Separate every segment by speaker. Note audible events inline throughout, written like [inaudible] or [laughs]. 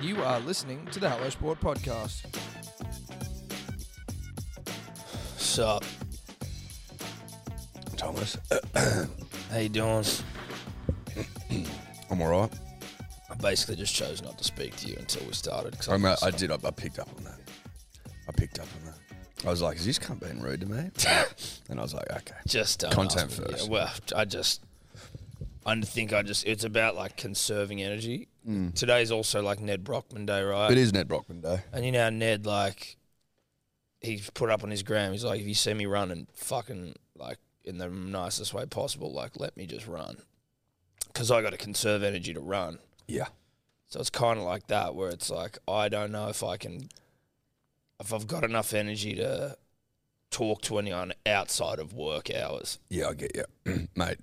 Speaker 1: You are listening to the Hello Sport Podcast.
Speaker 2: Sup, Thomas? [clears throat] How you doing?
Speaker 3: I'm all right.
Speaker 2: I basically just chose not to speak to you until we started. Cause
Speaker 3: I, know,
Speaker 2: was-
Speaker 3: I did. uh, I, I picked up on that. I picked up on that. I was like, "Is this cunt being rude to me?" and I was like, "Okay."
Speaker 2: just don't
Speaker 3: Content
Speaker 2: ask me- yeah,
Speaker 3: first.
Speaker 2: well, I just, I think I just. It's about like conserving energy. Today's also like Ned Brockman Day, right?
Speaker 3: Mm. It is Ned Brockman Day.
Speaker 2: And you know, how Ned, like, he's put up on his gram. He's like, if you see me running, fucking, like, in the nicest way possible, like, let me just run. Because I got to conserve energy to run.
Speaker 3: Yeah.
Speaker 2: So it's kind of like that, where it's like, I don't know if I can, if I've got enough energy to talk to anyone outside of work hours.
Speaker 3: Yeah, I get you, [clears throat] mate.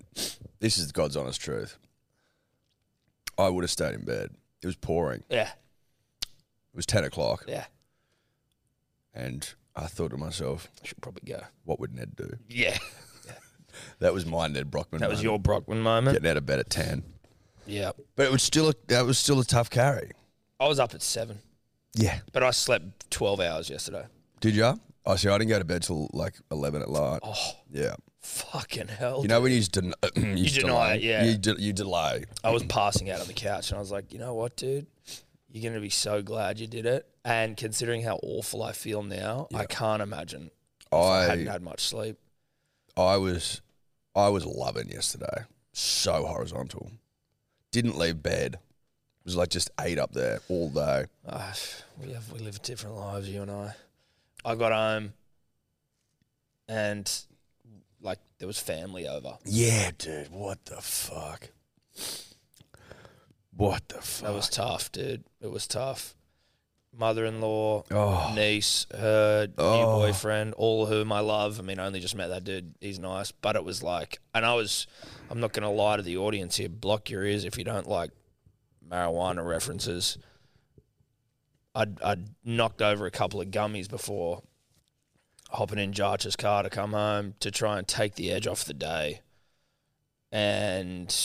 Speaker 3: This is God's honest truth. I would have stayed in bed. It was pouring.
Speaker 2: Yeah,
Speaker 3: It was ten o'clock,
Speaker 2: yeah.
Speaker 3: and I thought to myself,
Speaker 2: I should probably go.
Speaker 3: "What would Ned do?"
Speaker 2: Yeah.
Speaker 3: That was my Ned Brockman.
Speaker 2: That
Speaker 3: moment,
Speaker 2: was your Brockman moment.
Speaker 3: getting out of bed at ten.
Speaker 2: Yeah.
Speaker 3: But it was still a, that was still a tough carry.
Speaker 2: I was up at seven,
Speaker 3: Yeah.
Speaker 2: but I slept 12 hours yesterday.
Speaker 3: Did you? I see. I didn't go to bed till like eleven at night.
Speaker 2: Oh,
Speaker 3: Yeah.
Speaker 2: fucking hell.
Speaker 3: You know when you just den- [clears throat] you, just
Speaker 2: deny it, yeah.
Speaker 3: You, de- you delay.
Speaker 2: I was passing out on the couch and I was like, you know what, dude? You're going to be so glad you did it. And considering how awful I feel now, I can't imagine if I hadn't
Speaker 3: I
Speaker 2: had much sleep.
Speaker 3: I was I was loving yesterday. So horizontal. Didn't leave bed. Was like just ate up there all day.
Speaker 2: Ah, we have we live different lives, you and I. I got home, and like there was family over.
Speaker 3: Yeah, dude. What the fuck? What the fuck?
Speaker 2: That was tough, dude. It was tough. Mother-in-law,
Speaker 3: oh,
Speaker 2: niece, her
Speaker 3: Oh.
Speaker 2: new boyfriend, all whom I love. I mean, I only just met that dude. He's nice, but it was like, and I was, I'm not going to lie to the audience here. Block your ears if you don't like marijuana references. I'd, I'd knocked over a couple of gummies before hopping in Jarch's car to come home to try and take the edge off the day. And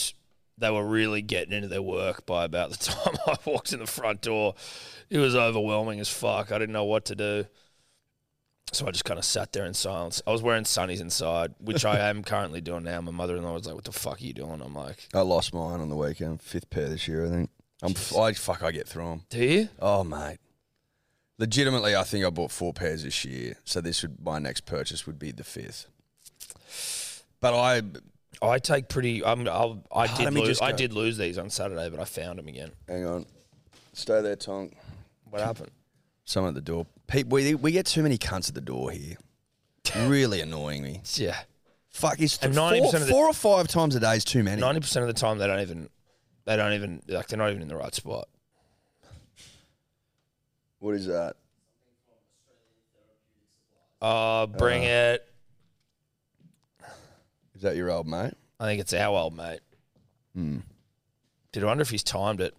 Speaker 2: they were really getting into their work by about the [laughs] time I walked in the front door. It was overwhelming as fuck. I didn't know what to do. So I just kind of sat there in silence. I was wearing sunnies inside, which I am currently doing now. My mother in law was like, What the fuck are you doing? I'm like,
Speaker 3: I lost mine on the weekend. Fifth pair this year, I think. I'm f- I fuck. I get through them.
Speaker 2: Do you?
Speaker 3: Oh, mate. Legitimately, I think I bought four pairs this year, so this would my next purchase would be the fifth. But I,
Speaker 2: I take pretty. I'm, I'll, I
Speaker 3: Ah,
Speaker 2: did
Speaker 3: let me
Speaker 2: lose.
Speaker 3: just
Speaker 2: I
Speaker 3: go.
Speaker 2: did lose these on Saturday, but I found them again.
Speaker 3: hang on, stay there, Tonk.
Speaker 2: What happened?
Speaker 3: Someone at the door. Pete, we we get too many cunts at the door here. Really [laughs] annoying me.
Speaker 2: Yeah,
Speaker 3: Fuck, it's
Speaker 2: And
Speaker 3: four,
Speaker 2: 90% of the-
Speaker 3: four or five times a day is too many.
Speaker 2: ninety percent of the time they don't even. They don't even like. They're not even in the right spot.
Speaker 3: What is that?
Speaker 2: Uh, bring
Speaker 3: Ah.
Speaker 2: it.
Speaker 3: Is that your old mate? Hmm.
Speaker 2: I think it's our old mate. Did I wonder if he's timed it?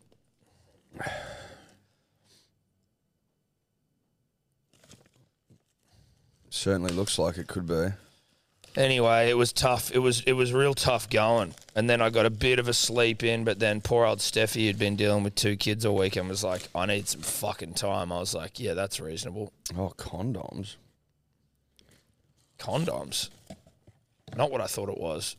Speaker 3: Certainly looks like it could be.
Speaker 2: Anyway, it was tough. It was it was real tough going. And then I got a bit of a sleep in, but then poor old Steffi had been dealing with two kids all weekend. Was like, I need some fucking time. I was like, yeah, that's reasonable.
Speaker 3: Oh, condoms.
Speaker 2: Condoms, not what I thought it was.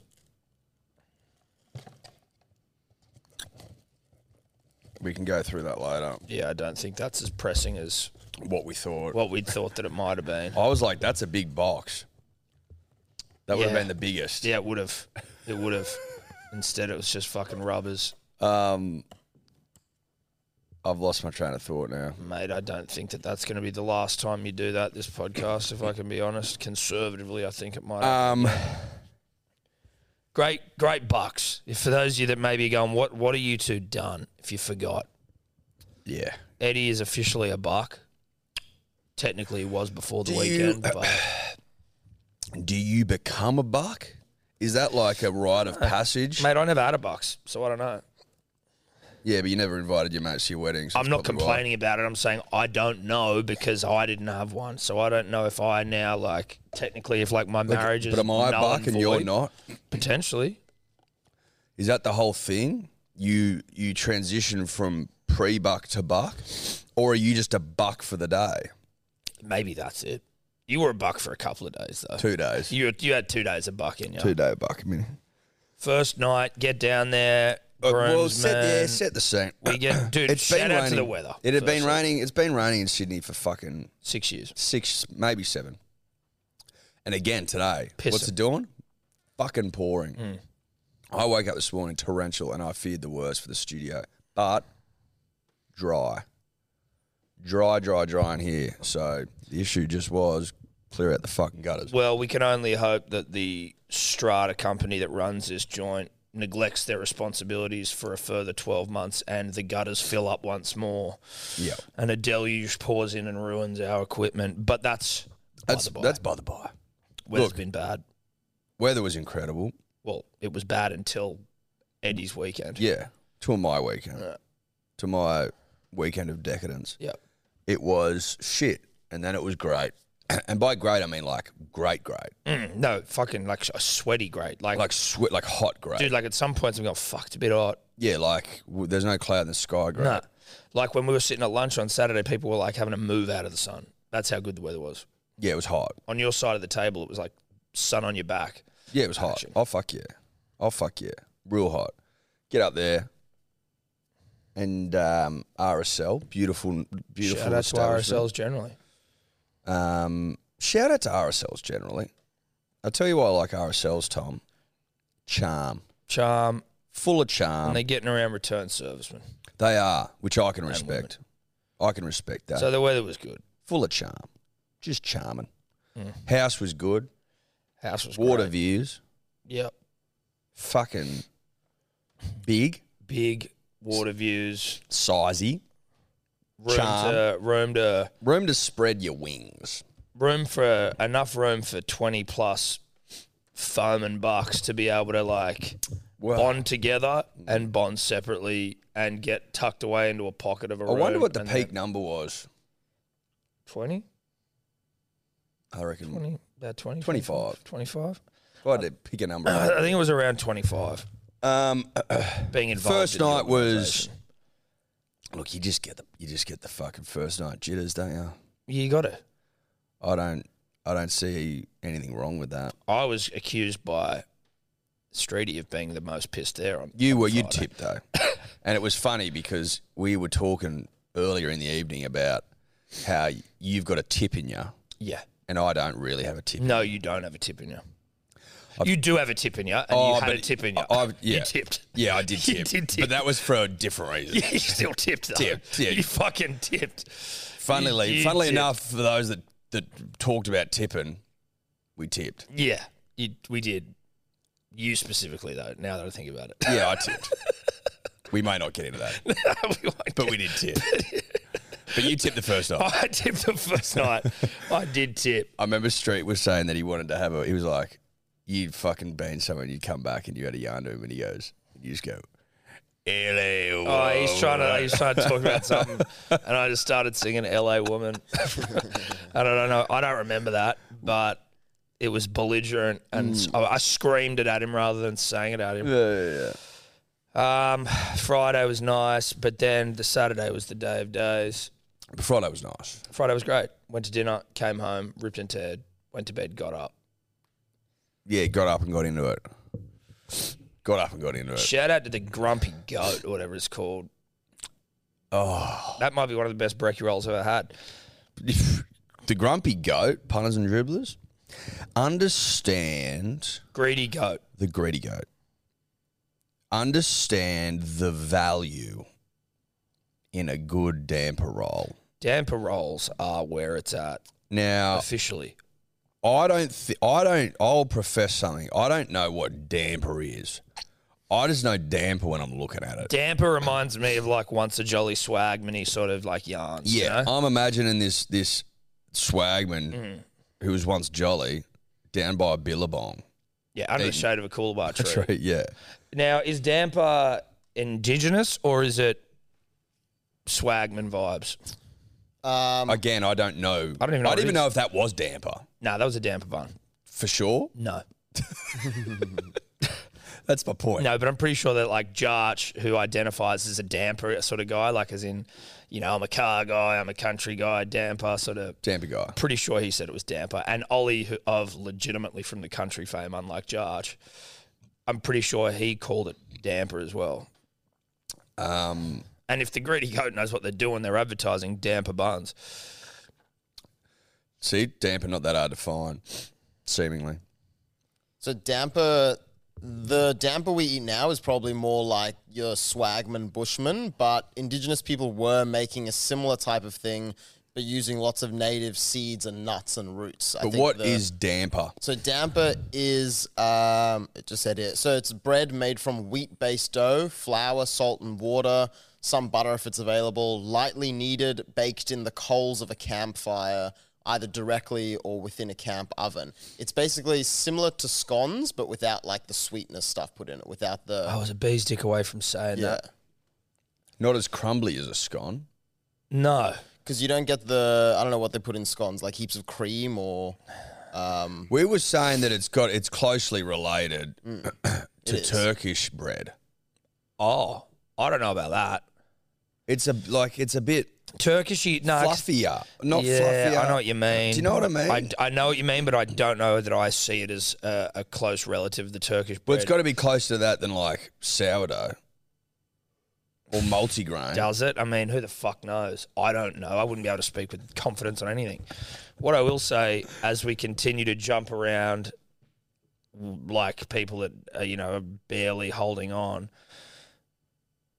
Speaker 3: We can go through that later.
Speaker 2: Yeah, I don't think that's as pressing as
Speaker 3: What we thought.
Speaker 2: what we'd thought that it might have been.
Speaker 3: I was like, that's a big box. That would
Speaker 2: Yeah.
Speaker 3: have been the biggest.
Speaker 2: Yeah, it would have. It would have. Instead, it was just fucking rubbers,
Speaker 3: Um, I've lost my train of thought now.
Speaker 2: mate. I don't think that that's going to be the last time you do that. This podcast, if I can be honest, conservatively, I think it might.
Speaker 3: Um,
Speaker 2: Great, great bucks. If for those of you that may be going, what what are you two done? If you forgot,
Speaker 3: yeah.
Speaker 2: Eddie is officially a buck. Technically, he was before the
Speaker 3: Do you- uh,
Speaker 2: weekend,
Speaker 3: [sighs]
Speaker 2: but
Speaker 3: Do you become a buck? Is that like a rite of passage?
Speaker 2: Uh, mate, I never had a box, so I don't know.
Speaker 3: Yeah, but you never invited your mates to your wedding. so
Speaker 2: I'm
Speaker 3: it's
Speaker 2: not
Speaker 3: probably
Speaker 2: complaining about it. I'm saying I don't know because I didn't have one, so I don't know if I now like technically if like my
Speaker 3: why.
Speaker 2: marriage is.
Speaker 3: But am I a
Speaker 2: null
Speaker 3: buck and you're
Speaker 2: void,
Speaker 3: not?
Speaker 2: Potentially,
Speaker 3: Is that the whole thing? You you transition from pre buck to buck, or are you just a buck for the day?
Speaker 2: Maybe that's it. You were a buck for a couple of days though.
Speaker 3: Two days.
Speaker 2: You you had two days a buck in you.
Speaker 3: Two day buck. I mean,
Speaker 2: First night, get down there.
Speaker 3: Uh, well, set, yeah,
Speaker 2: groomsmen.
Speaker 3: set the scene. [clears throat]
Speaker 2: we get dude.
Speaker 3: It's
Speaker 2: shout
Speaker 3: been
Speaker 2: out
Speaker 3: raining.
Speaker 2: to the weather.
Speaker 3: It had been
Speaker 2: firstly.
Speaker 3: raining. It's been raining in Sydney for fucking
Speaker 2: six years.
Speaker 3: six, maybe seven. And again today,
Speaker 2: Pissing.
Speaker 3: what's it doing? Fucking pouring.
Speaker 2: Hmm.
Speaker 3: I woke up this morning torrential, and I feared the worst for the studio, but dry, dry, dry, dry in here. So the issue just was clear out the fucking gutters.
Speaker 2: Well, we can only hope that the Strata company that runs this joint neglects their responsibilities for a further 12 months and the gutters fill up once more
Speaker 3: Yeah,
Speaker 2: and a deluge pours in and ruins our equipment. But that's,
Speaker 3: that's
Speaker 2: by the by.
Speaker 3: that's by the by.
Speaker 2: weather's
Speaker 3: look.
Speaker 2: been bad.
Speaker 3: Weather was incredible.
Speaker 2: Well, it was bad until Eddie's weekend.
Speaker 3: Yeah, till my weekend,
Speaker 2: Yeah.
Speaker 3: to my weekend of decadence.
Speaker 2: Yeah.
Speaker 3: it was shit, and then it was great. [clears throat] And by great, I mean like great, great,
Speaker 2: Mm, no, fucking like a sweaty grade. Like,
Speaker 3: like sweat, like hot great.
Speaker 2: dude, like at some points I'm going, fuck, it's a bit hot.
Speaker 3: Yeah, like w- there's no cloud in the sky. Great.
Speaker 2: No. Like when we were sitting at lunch on Saturday, people were like having to move out of the sun. That's how good the weather was.
Speaker 3: Yeah, it was hot.
Speaker 2: On your side of the table, it was like sun on your back.
Speaker 3: Yeah, it was hot.
Speaker 2: Action.
Speaker 3: Oh fuck yeah. Oh fuck yeah. Real hot. Get up there. And um, RSL, beautiful, beautiful.
Speaker 2: Shout out to
Speaker 3: establishment.
Speaker 2: RSLs generally.
Speaker 3: Um, shout out to RSLs generally. I tell you why I like RSLs, Tom. Charm,
Speaker 2: Charm,
Speaker 3: full of charm.
Speaker 2: and they're getting around return servicemen.
Speaker 3: They are, which I can respect. I can respect that.
Speaker 2: So the weather was good.
Speaker 3: Full of charm. Just charming. House was good.
Speaker 2: House was
Speaker 3: Water
Speaker 2: Mm. Great.
Speaker 3: views.
Speaker 2: Yep.
Speaker 3: Fucking big.
Speaker 2: Big water views.
Speaker 3: Sizey.
Speaker 2: Room
Speaker 3: Charm.
Speaker 2: to room to
Speaker 3: Room to spread your wings.
Speaker 2: room for enough room for twenty plus foam and bucks to be able to like
Speaker 3: Well-
Speaker 2: bond together and bond separately and get tucked away into a pocket of a
Speaker 3: I
Speaker 2: room.
Speaker 3: wonder what the peak number was.
Speaker 2: Twenty?
Speaker 3: I reckon.
Speaker 2: Twenty? About twenty?
Speaker 3: 25.
Speaker 2: Twenty five?
Speaker 3: If I had to pick a
Speaker 2: [coughs]
Speaker 3: number.
Speaker 2: [clears throat] I think it was around twenty five.
Speaker 3: um,
Speaker 2: Being involved.
Speaker 3: first
Speaker 2: in the
Speaker 3: night was.
Speaker 2: organisation.
Speaker 3: Look, you just get the you just get the fucking first night jitters, don't you?
Speaker 2: You got it.
Speaker 3: I don't I don't see anything wrong with that.
Speaker 2: I was accused by Streety of being the most pissed there on.
Speaker 3: You
Speaker 2: on
Speaker 3: were you
Speaker 2: Friday.
Speaker 3: tipped
Speaker 2: [coughs]
Speaker 3: though, and it was funny because we were talking earlier in the evening about how you've got a tip in you,
Speaker 2: Yeah.
Speaker 3: and I don't really have a
Speaker 2: [laughs]
Speaker 3: tip.
Speaker 2: No, you don't have a tip in you. you do have a tip in you, and
Speaker 3: Oh,
Speaker 2: you had
Speaker 3: but
Speaker 2: a tip in you.
Speaker 3: I- I've- yeah.
Speaker 2: You tipped.
Speaker 3: Yeah, I did
Speaker 2: You
Speaker 3: tip,
Speaker 2: did tip.
Speaker 3: but that was for a different reason.
Speaker 2: [laughs] you still tipped though.
Speaker 3: Tipped, yeah.
Speaker 2: You fucking tipped.
Speaker 3: funnily,
Speaker 2: you
Speaker 3: funnily
Speaker 2: tipped.
Speaker 3: enough, for those that that talked about tipping, we tipped.
Speaker 2: Yeah. You, we did. You specifically though. Now that I think about it, [laughs]
Speaker 3: Yeah, I tipped. we may not get into that, [laughs]
Speaker 2: We won't
Speaker 3: but we did tip. but you tipped the first night.
Speaker 2: [laughs] I tipped the first night. I did tip.
Speaker 3: [laughs] I remember Street was saying that he wanted to have a. He was like, "You'd fucking been somewhere, and you'd come back, and you had a yarn to him, and he goes, and you just go, "L.A.
Speaker 2: Oh, he's trying to he's trying to talk
Speaker 3: [laughs]
Speaker 2: about something, and I just started singing "L.A. Woman." [laughs] I don't know. I don't remember that, but it was belligerent, and
Speaker 3: Mm.
Speaker 2: I, I screamed it at him rather than sang it at him.
Speaker 3: Yeah,
Speaker 2: Um, Friday was nice, but then the Saturday was the day of days.
Speaker 3: yeah. Friday was nice.
Speaker 2: Friday was great. Went to dinner, came home, ripped into Ted, went to bed, got up.
Speaker 3: Yeah, got up and got into it. Got up and got into it.
Speaker 2: Shout out to the Grumpy Goat, or whatever it's called.
Speaker 3: Oh, [laughs]
Speaker 2: That might be one of the best brekkie rolls I've ever had.
Speaker 3: the grumpy goat punters and dribblers understand
Speaker 2: Greedy Goat.
Speaker 3: the greedy goat. Understand the value in a good damper roll.
Speaker 2: Damper rolls are where it's at
Speaker 3: Now,
Speaker 2: officially.
Speaker 3: I don't. Th- I don't. I'll profess something. I don't know what damper is. I just know damper when I'm looking at it.
Speaker 2: Damper reminds me of like once a jolly swagmany sort of like yarns. you
Speaker 3: Yeah,
Speaker 2: know?
Speaker 3: I'm imagining this this swagman
Speaker 2: Mm.
Speaker 3: who was once jolly down by a billabong.
Speaker 2: yeah, under the shade of a coolabah tree.
Speaker 3: right. [laughs] Yeah.
Speaker 2: Now, is damper indigenous or is it swagman vibes?
Speaker 4: Um,
Speaker 3: Again, I don't know.
Speaker 2: I don't even know
Speaker 3: I don't
Speaker 2: what it
Speaker 3: even
Speaker 2: is.
Speaker 3: know if that was damper
Speaker 2: No, that was a damper bun.
Speaker 3: for sure.
Speaker 2: No.
Speaker 3: That's my point.
Speaker 2: No, but I'm pretty sure that like Jarch, who identifies as a damper sort of guy, like as in, you know, I'm a car guy, I'm a country guy, damper sort of.
Speaker 3: Tampa guy.
Speaker 2: Pretty sure he said it was damper. And Ollie, who, of legitimately from the country fame, unlike Jarch, I'm pretty sure he called it damper as well.
Speaker 3: Um,
Speaker 2: And if the greedy goat knows what they're doing, they're advertising damper buns.
Speaker 3: see, damper not that hard to find, seemingly.
Speaker 4: So damper, the damper we eat now is probably more like your swagman bushman, but indigenous people were making a similar type of thing, but using lots of native seeds and nuts and roots. I
Speaker 3: But
Speaker 4: think
Speaker 3: what
Speaker 4: the-
Speaker 3: is damper?
Speaker 4: So damper is um, it just said it. So it's bread made from wheat-based dough, flour, salt, and water. Some butter if it's available. Lightly kneaded, baked in the coals of a campfire, either directly or within a camp oven. It's basically similar to scones, but without like the sweetness stuff put in it, without the
Speaker 2: I was a bee's dick away from saying
Speaker 4: yeah,
Speaker 2: that.
Speaker 3: Not as crumbly as a scone.
Speaker 2: No.
Speaker 4: because you don't get the I don't know what they put in scones, like heaps of cream or um,
Speaker 3: We were saying that it's got it's closely related [clears throat] to
Speaker 4: It is.
Speaker 3: Turkish bread.
Speaker 2: Oh, I don't know about that.
Speaker 3: It's a like it's a bit
Speaker 2: Turkish, you- no,
Speaker 3: fluffier, not
Speaker 2: yeah,
Speaker 3: fluffier.
Speaker 2: I know what you mean.
Speaker 3: Do you know what I mean?
Speaker 2: I, I know what you mean, but I don't know that I see it as a, a close relative of the Turkish
Speaker 3: But
Speaker 2: bread.
Speaker 3: it's got to be closer to that than like sourdough or multigrain.
Speaker 2: Does it? I mean, who the fuck knows? I don't know. I wouldn't be able to speak with confidence on anything. What I will say, as we continue to jump around like people that are, you know, barely holding on,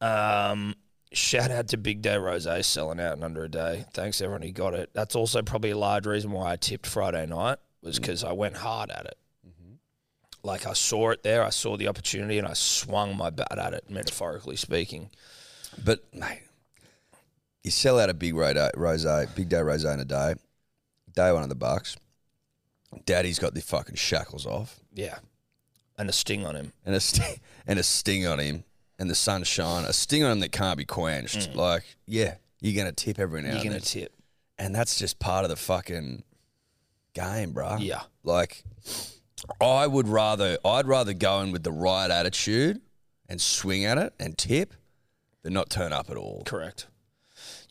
Speaker 2: um, shout out to Big Day Rose selling out in under a day. Thanks, everyone who got it. That's also probably a large reason why I tipped Friday night, was because I went hard at it. Like I saw it there, I saw the opportunity, and I swung my bat at it, metaphorically speaking.
Speaker 3: But mate, you sell out a big rosé, rosé, big day rosé in a day, day one of the bucks. Daddy's got the fucking shackles off
Speaker 2: Yeah. And a sting on him.
Speaker 3: and a st- and a sting [laughs] on him and the sunshine, a sting on him that can't be quenched. Like yeah, you're gonna tip every now
Speaker 2: Mm. You're
Speaker 3: and
Speaker 2: going
Speaker 3: then.
Speaker 2: to tip.
Speaker 3: and that's just part of the fucking game, bruh.
Speaker 2: Yeah.
Speaker 3: Like, I would rather I'd rather go in with the right attitude and swing at it and tip than not turn up at all.
Speaker 2: Correct.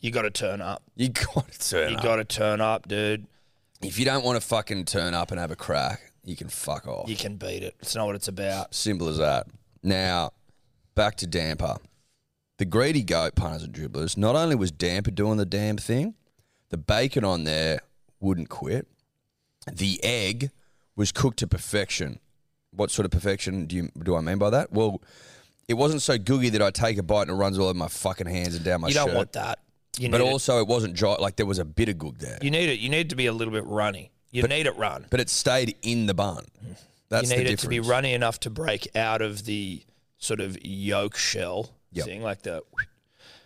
Speaker 2: You got to turn up.
Speaker 3: You [laughs] got to turn
Speaker 2: you
Speaker 3: up.
Speaker 2: got to turn up, dude.
Speaker 3: if you don't want to fucking turn up and have a crack, you can fuck off.
Speaker 2: You can beat it. It's not what it's about.
Speaker 3: Simple as that. Now, back to damper. The greedy goat punters and dribblers. Not only was damper doing the damn thing, the bacon on there wouldn't quit. The egg was cooked to perfection. What sort of perfection do you do I mean by that? Well, it wasn't so gooey that I take a bite and it runs all over my fucking hands and down my
Speaker 2: you
Speaker 3: shirt.
Speaker 2: don't want that. You
Speaker 3: but
Speaker 2: need
Speaker 3: also, it wasn't dry. Like there was a bit of good there,
Speaker 2: it. you need it. You need to be a little bit runny. You need it run.
Speaker 3: but it stayed in the bun. That's
Speaker 2: you need
Speaker 3: the
Speaker 2: it
Speaker 3: difference.
Speaker 2: to be runny enough to break out of the sort of yolk shell
Speaker 3: Yep.
Speaker 2: thing, like the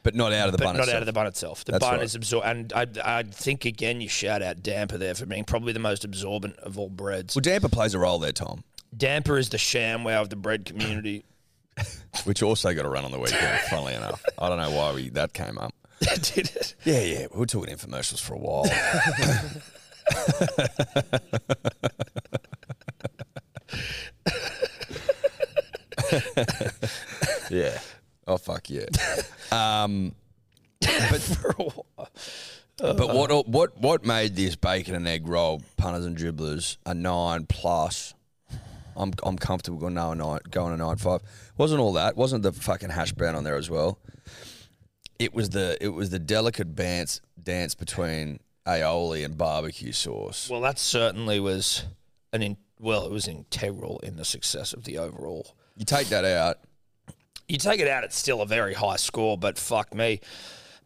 Speaker 3: but not out of the
Speaker 2: but
Speaker 3: bun.
Speaker 2: not
Speaker 3: itself.
Speaker 2: out of the bun itself. The
Speaker 3: That's
Speaker 2: bun
Speaker 3: right.
Speaker 2: is absorbed, and I, I think again you shout out damper there for being probably the most absorbent of all breads.
Speaker 3: Well, damper plays a role there, Tom.
Speaker 2: Damper is the ShamWow of the bread community. [laughs]
Speaker 3: which also got a run on the weekend. funnily enough, I don't know why we that came up.
Speaker 2: Did it?
Speaker 3: Yeah, yeah, we were talking infomercials for a
Speaker 2: [laughs]
Speaker 3: while. yeah. Oh fuck
Speaker 2: [laughs]
Speaker 3: yeah. Um,
Speaker 2: For a while.
Speaker 3: but what what what made this bacon and egg roll punters and dribblers a nine plus? I'm I'm comfortable going no a nine going a nine five. Wasn't all that? Wasn't the fucking hash brown on there as well? It was the it was the delicate dance dance between aioli and barbecue sauce.
Speaker 2: Well, that certainly was an in, well, it was integral in the success of the overall.
Speaker 3: You take that out.
Speaker 2: You take it out, it's still a very high score, but fuck me.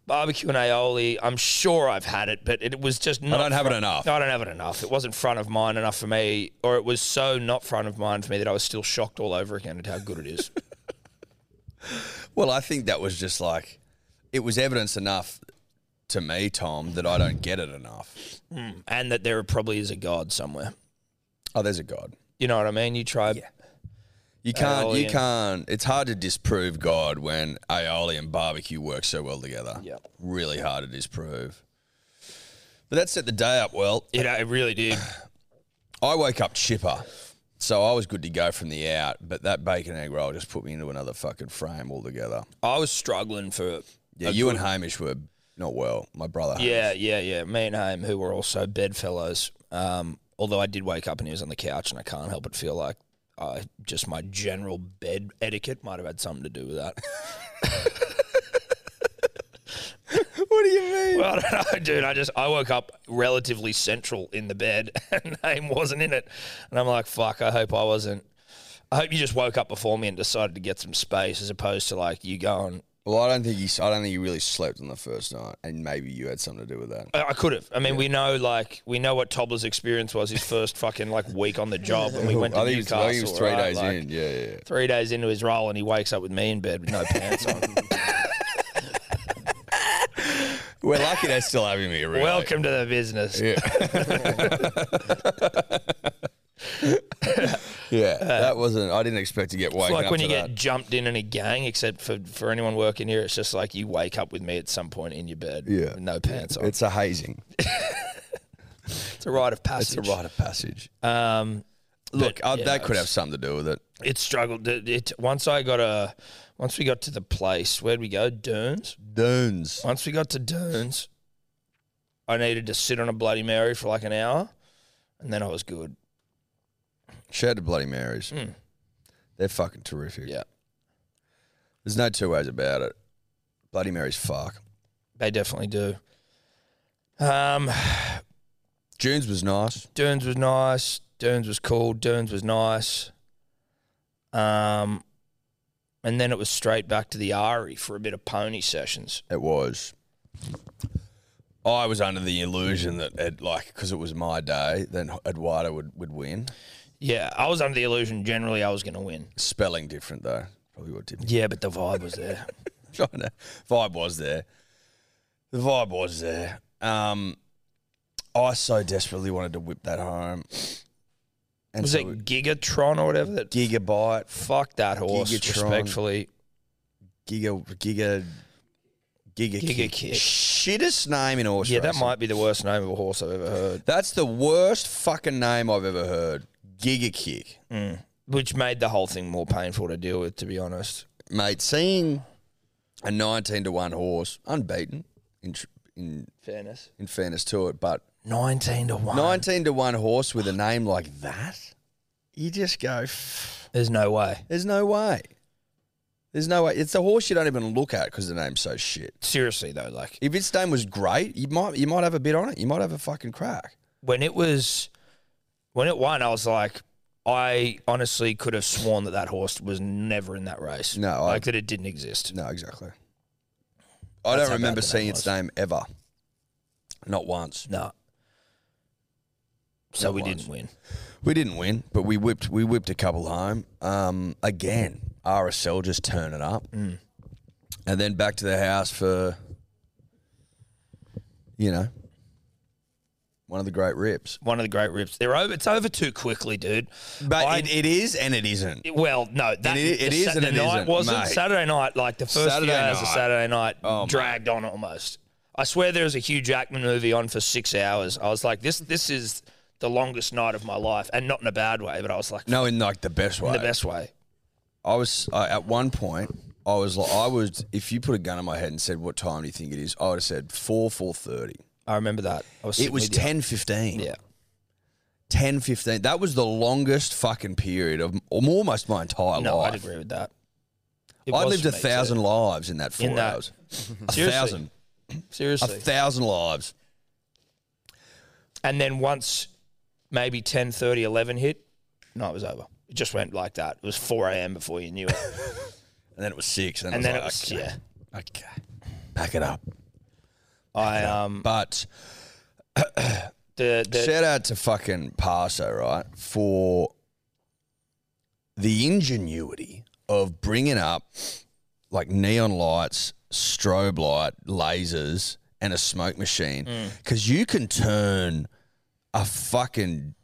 Speaker 2: Barbecue and aioli, I'm sure I've had it, but it was just not.
Speaker 3: don't have it
Speaker 2: front-
Speaker 3: enough.
Speaker 2: I don't have it enough. It wasn't front of mind enough for me, or it was so not front of mind for me that I was still shocked all over again at how good
Speaker 3: [laughs]
Speaker 2: it is.
Speaker 3: Well, I think that was just like it was evidence enough to me, Tom, that I don't get it enough.
Speaker 2: and that there probably is a God somewhere.
Speaker 3: Oh, there's a god.
Speaker 2: You know what I mean? You try.
Speaker 3: You can't.
Speaker 2: Aioli
Speaker 3: You
Speaker 2: and-
Speaker 3: can't. It's hard to disprove God when aioli and barbecue work so well together.
Speaker 2: Yep.
Speaker 3: Really hard to disprove. But that set the day up well.
Speaker 2: You know, it really did.
Speaker 3: I woke up chipper. So I was good to go from the out, but that bacon egg roll just put me into another fucking frame altogether.
Speaker 2: I was struggling for
Speaker 3: Yeah, you and Hamish were not well. My brother.
Speaker 2: Yeah, yeah, yeah. Me and him, who were also bedfellows. Um, although I did wake up and he was on the couch, and I can't help but feel like uh, just my general bed etiquette might have had something to do with that.
Speaker 3: [laughs]
Speaker 2: [laughs]
Speaker 3: What do you mean?
Speaker 2: well, I don't know, dude. I just I woke up relatively central in the bed, [laughs] and Name wasn't in it, and I'm like, fuck. I hope I wasn't. I hope you just woke up before me and decided to get some space, as opposed to like you going.
Speaker 3: Well, I don't think he. I don't think he really slept on the first night, and maybe you had something to do with that.
Speaker 2: I I could have. I mean, we know like we know what Tobler's experience was his first fucking like week on the job when
Speaker 3: [laughs]
Speaker 2: we went to
Speaker 3: I think he was,
Speaker 2: Newcastle.
Speaker 3: I think he was three
Speaker 2: right?
Speaker 3: days
Speaker 2: Like,
Speaker 3: in. Yeah, yeah. yeah.
Speaker 2: three days into his role and he wakes up with me in bed with no pants
Speaker 3: [laughs]
Speaker 2: on.
Speaker 3: We're lucky they're still having me around.
Speaker 2: Welcome to the business.
Speaker 3: Yeah. yeah, that wasn't. I didn't expect to get
Speaker 2: uh, It's
Speaker 3: woken
Speaker 2: like
Speaker 3: up
Speaker 2: when
Speaker 3: to
Speaker 2: you
Speaker 3: that.
Speaker 2: get jumped in in a gang, except for, for anyone working here, it's just like you wake up with me at some point in your bed
Speaker 3: Yeah.
Speaker 2: with no pants on. It's,
Speaker 3: it's a hazing.
Speaker 2: a rite of
Speaker 3: It's
Speaker 2: passage.
Speaker 3: a rite of passage.
Speaker 2: Um,
Speaker 3: Look,
Speaker 2: but,
Speaker 3: uh,
Speaker 2: yeah,
Speaker 3: that could
Speaker 2: it's-
Speaker 3: have something to do with it.
Speaker 2: It struggled. It, it- once I got a, once we got to the place, where'd we go? Derns.
Speaker 3: Dunes.
Speaker 2: Once we got to Derns, I needed to sit on a Bloody Mary for like an hour, and then I was good.
Speaker 3: Shout out to Bloody Marys.
Speaker 2: Mm.
Speaker 3: They're fucking terrific.
Speaker 2: Yeah.
Speaker 3: There's no two ways about it. Bloody Marys, fuck.
Speaker 2: They definitely do. Um,
Speaker 3: June's was nice.
Speaker 2: Derns was nice. Derns was cool. Derns was nice. Um, and then it was straight back to the Ari for a bit of pony sessions.
Speaker 3: It was. I was under the illusion that, it, like, because it was my day, then Eduardo would, would win.
Speaker 2: Yeah, I was under the illusion generally I was going to win.
Speaker 3: Spelling different, though. Probably what did
Speaker 2: Yeah, but the vibe was there.
Speaker 3: [laughs] trying to vibe was there. The vibe was there. Um, I so desperately wanted to whip that home. And
Speaker 2: [laughs] was
Speaker 3: so
Speaker 2: it Gigatron or whatever? That
Speaker 3: gigabyte,
Speaker 2: fuck that horse.
Speaker 3: Gigatron.
Speaker 2: Respectfully,
Speaker 3: giga, giga, giga,
Speaker 2: Giga
Speaker 3: kick.
Speaker 2: kick.
Speaker 3: Shittest name in horse
Speaker 2: yeah, that
Speaker 3: racing.
Speaker 2: might be the worst name of a horse I've ever heard.
Speaker 3: That's the worst fucking name I've ever heard. Giga kick,
Speaker 2: Mm. Which made the whole thing more painful to deal with, to be honest.
Speaker 3: mate. Seeing a nineteen to one horse unbeaten. In, tr- in
Speaker 2: Fairness.
Speaker 3: in fairness to it, but
Speaker 2: Nineteen to one.
Speaker 3: 19 to 1 horse with a name like that, you just go, "Pff,
Speaker 2: There's no way.
Speaker 3: there's no way. There's no way. It's a horse you don't even look at because the name's so shit.
Speaker 2: Seriously though, like
Speaker 3: If its name was great, you might you might have a bit on it. You might have a fucking crack.
Speaker 2: when it was when it won, I was like, I honestly could have sworn that that horse was never in that race.
Speaker 3: No, I-
Speaker 2: like that it didn't exist.
Speaker 3: No, exactly. I
Speaker 2: That's
Speaker 3: don't
Speaker 2: how
Speaker 3: remember
Speaker 2: bad the
Speaker 3: seeing
Speaker 2: name
Speaker 3: its
Speaker 2: was.
Speaker 3: name ever. Not once.
Speaker 2: No. So
Speaker 3: Not
Speaker 2: we
Speaker 3: once.
Speaker 2: didn't win.
Speaker 3: We didn't win, but we whipped we whipped a couple home. Um, again, RSL just turn it up,
Speaker 2: Mm.
Speaker 3: and then back to the house for you know one of the great rips.
Speaker 2: One of the great rips. They're over. It's over too quickly, dude.
Speaker 3: But
Speaker 2: I-
Speaker 3: it, it is and it isn't.
Speaker 2: It- well, no, that
Speaker 3: It i- it
Speaker 2: the
Speaker 3: is
Speaker 2: Sa-
Speaker 3: and
Speaker 2: the
Speaker 3: it
Speaker 2: night
Speaker 3: isn't,
Speaker 2: wasn't
Speaker 3: mate.
Speaker 2: Saturday night. Like the first
Speaker 3: Saturday
Speaker 2: few hours of
Speaker 3: night.
Speaker 2: Saturday night
Speaker 3: Oh, mate.
Speaker 2: dragged on almost. I swear there was a Hugh Jackman movie on for six hours. I was like, this this is the longest night of my life, and not in a bad way, but I was like,
Speaker 3: No, in like the best way.
Speaker 2: in the best way.
Speaker 3: I was I at one point. I was like, I was. If you put a gun in my head and said, "What time do you think it is?" I would have said four four thirty.
Speaker 2: I remember that. I
Speaker 3: It
Speaker 2: was sitting
Speaker 3: was
Speaker 2: with you.
Speaker 3: ten fifteen.
Speaker 2: Yeah.
Speaker 3: ten fifteen. That was the longest fucking period of almost my entire
Speaker 2: No,
Speaker 3: life.
Speaker 2: I'd agree with that. It
Speaker 3: I
Speaker 2: was
Speaker 3: lived
Speaker 2: for
Speaker 3: a
Speaker 2: me,
Speaker 3: thousand
Speaker 2: too.
Speaker 3: lives in that four
Speaker 2: In that- [laughs]
Speaker 3: hours. A
Speaker 2: Seriously.
Speaker 3: thousand. A
Speaker 2: Seriously.
Speaker 3: thousand lives.
Speaker 2: and then once maybe 10, 30, 11 hit, no, it was over. It just went like that. It was 4 a.m. before you
Speaker 3: [laughs]
Speaker 2: knew it.
Speaker 3: And then it was six. And,
Speaker 2: And
Speaker 3: then
Speaker 2: then it
Speaker 3: was
Speaker 2: was,
Speaker 3: like,
Speaker 2: yeah.
Speaker 3: okay, okay. Pack it up.
Speaker 2: I, um,
Speaker 3: But
Speaker 2: the, the,
Speaker 3: shout out to fucking Paso, right? For the ingenuity of bringing up like neon lights, strobe light, lasers, and a smoke machine. Because you can turn a fucking,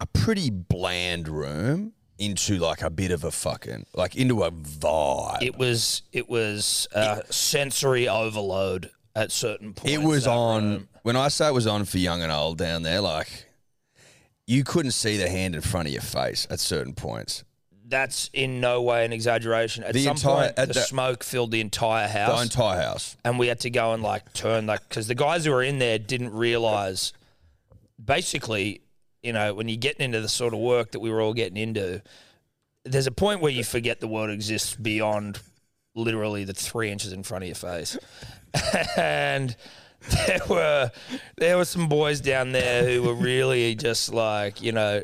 Speaker 3: a pretty bland room into like a bit of a fucking, like into a vibe. It,
Speaker 2: it was, it was, uh, sensory overload at certain points.
Speaker 3: was
Speaker 2: that
Speaker 3: on,
Speaker 2: room.
Speaker 3: when I say it was on for young and old down there, like you couldn't see the hand in front of your face at certain points.
Speaker 2: That's in no way an exaggeration. At
Speaker 3: The
Speaker 2: some
Speaker 3: entire-
Speaker 2: point,
Speaker 3: at
Speaker 2: the,
Speaker 3: the-
Speaker 2: smoke filled the entire
Speaker 3: The
Speaker 2: house,
Speaker 3: entire house.
Speaker 2: and we had to go and like turn like because the guys who were in there didn't realize. Basically, you know, when you're getting into the sort of work that we were all getting into, there's a point where you forget the world exists beyond literally the three inches in front of your face, [laughs] and there were there were some boys down there who were really just like you know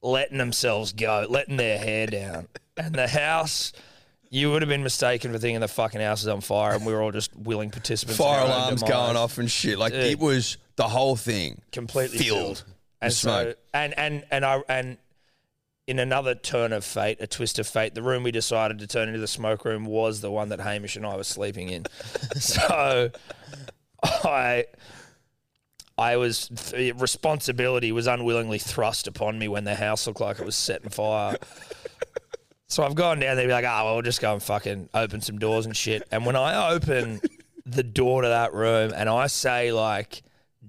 Speaker 2: letting themselves go, letting their hair down. And the house, you would have been mistaken for thinking the fucking house is on fire, and we were all just willing participants. in our
Speaker 3: Fire
Speaker 2: own
Speaker 3: alarms
Speaker 2: demise.
Speaker 3: going off and shit. Like it was the whole thing.
Speaker 2: completely
Speaker 3: filled
Speaker 2: And
Speaker 3: with
Speaker 2: so-
Speaker 3: smoke.
Speaker 2: and and and I and in another turn of fate, a twist of fate, the room we decided to turn into the smoke room was the one that Hamish and I were
Speaker 3: [laughs]
Speaker 2: sleeping in. so I I was the responsibility was unwillingly thrust upon me when the house looked like it was set on fire. So I've gone down there and be like, oh, well, we'll just go and fucking open some doors and shit. And when I open the door to that room and I say, like,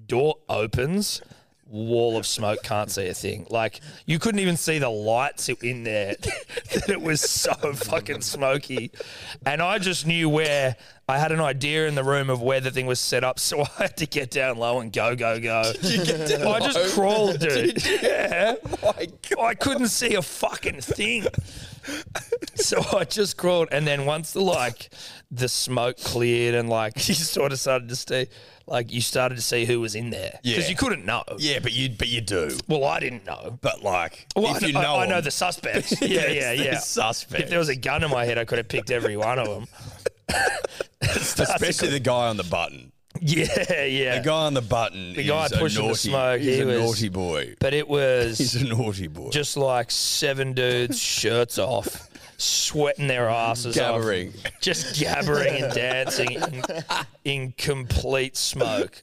Speaker 2: door opens, wall of smoke can't see a thing. Like, you couldn't even see the lights in there. [laughs] that it was so fucking smoky. And I just knew where I had an idea in the room of where the thing was set up. So [laughs] I had to get down low and go, go, go. I just crawled, dude. Yeah.
Speaker 3: [laughs]
Speaker 2: Oh, I couldn't see a fucking thing. So I just crawled, and then once the like the smoke cleared and like [laughs] you sort of started to see, like you started to see who was in there because
Speaker 3: Yeah.
Speaker 2: you couldn't know.
Speaker 3: Yeah, but you but you do.
Speaker 2: Well, I didn't know.
Speaker 3: But like,
Speaker 2: Well,
Speaker 3: if
Speaker 2: I,
Speaker 3: you
Speaker 2: I-
Speaker 3: know,
Speaker 2: I, know
Speaker 3: them- [laughs]
Speaker 2: the suspects. yeah, yeah,
Speaker 3: It's the
Speaker 2: yeah.
Speaker 3: suspects.
Speaker 2: If there was a gun in my head, I could have picked every one of them. [laughs]
Speaker 3: especially the guy on the button.
Speaker 2: Yeah, yeah.
Speaker 3: The guy on the button. The
Speaker 2: guy
Speaker 3: is a
Speaker 2: pushing the
Speaker 3: naughty-
Speaker 2: smoke,
Speaker 3: He's
Speaker 2: he
Speaker 3: a
Speaker 2: was-
Speaker 3: naughty boy.
Speaker 2: But it was
Speaker 3: He's a naughty boy.
Speaker 2: just like seven dudes, shirts off, sweating their asses
Speaker 3: Gabbering.
Speaker 2: off, just gabbering and dancing in, in complete smoke.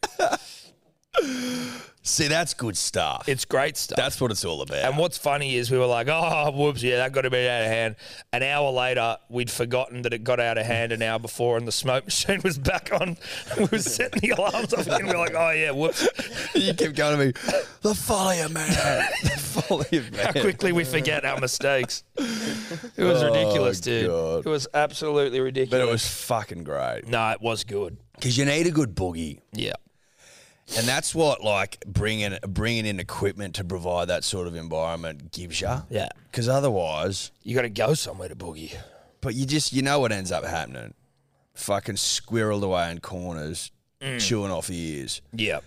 Speaker 3: See, that's good stuff.
Speaker 2: It's great stuff.
Speaker 3: that's what it's all about.
Speaker 2: and what's funny is we were like, oh, whoops, yeah, that got a bit out of hand. An hour later, we'd forgotten that it got out of hand an hour before, and the smoke [laughs] machine was back on. We were setting the alarms off, and we were like, oh, yeah, whoops.
Speaker 3: you keep going to me, the folly of man, [laughs] the folly of
Speaker 2: How
Speaker 3: man.
Speaker 2: quickly we forget our mistakes. It was ridiculous, dude.
Speaker 3: Oh, God.
Speaker 2: It was absolutely
Speaker 3: But
Speaker 2: ridiculous.
Speaker 3: it was fucking great.
Speaker 2: no, it was good.
Speaker 3: Because you need a good boogie.
Speaker 2: Yeah.
Speaker 3: And that's what like bringing bringing in equipment to provide that sort of environment gives you.
Speaker 2: Yeah.
Speaker 3: Because otherwise,
Speaker 2: You got to go somewhere to boogie.
Speaker 3: but you just you know what ends up happening. Fucking squirreled away in corners, chewing off ears.
Speaker 2: Yeah.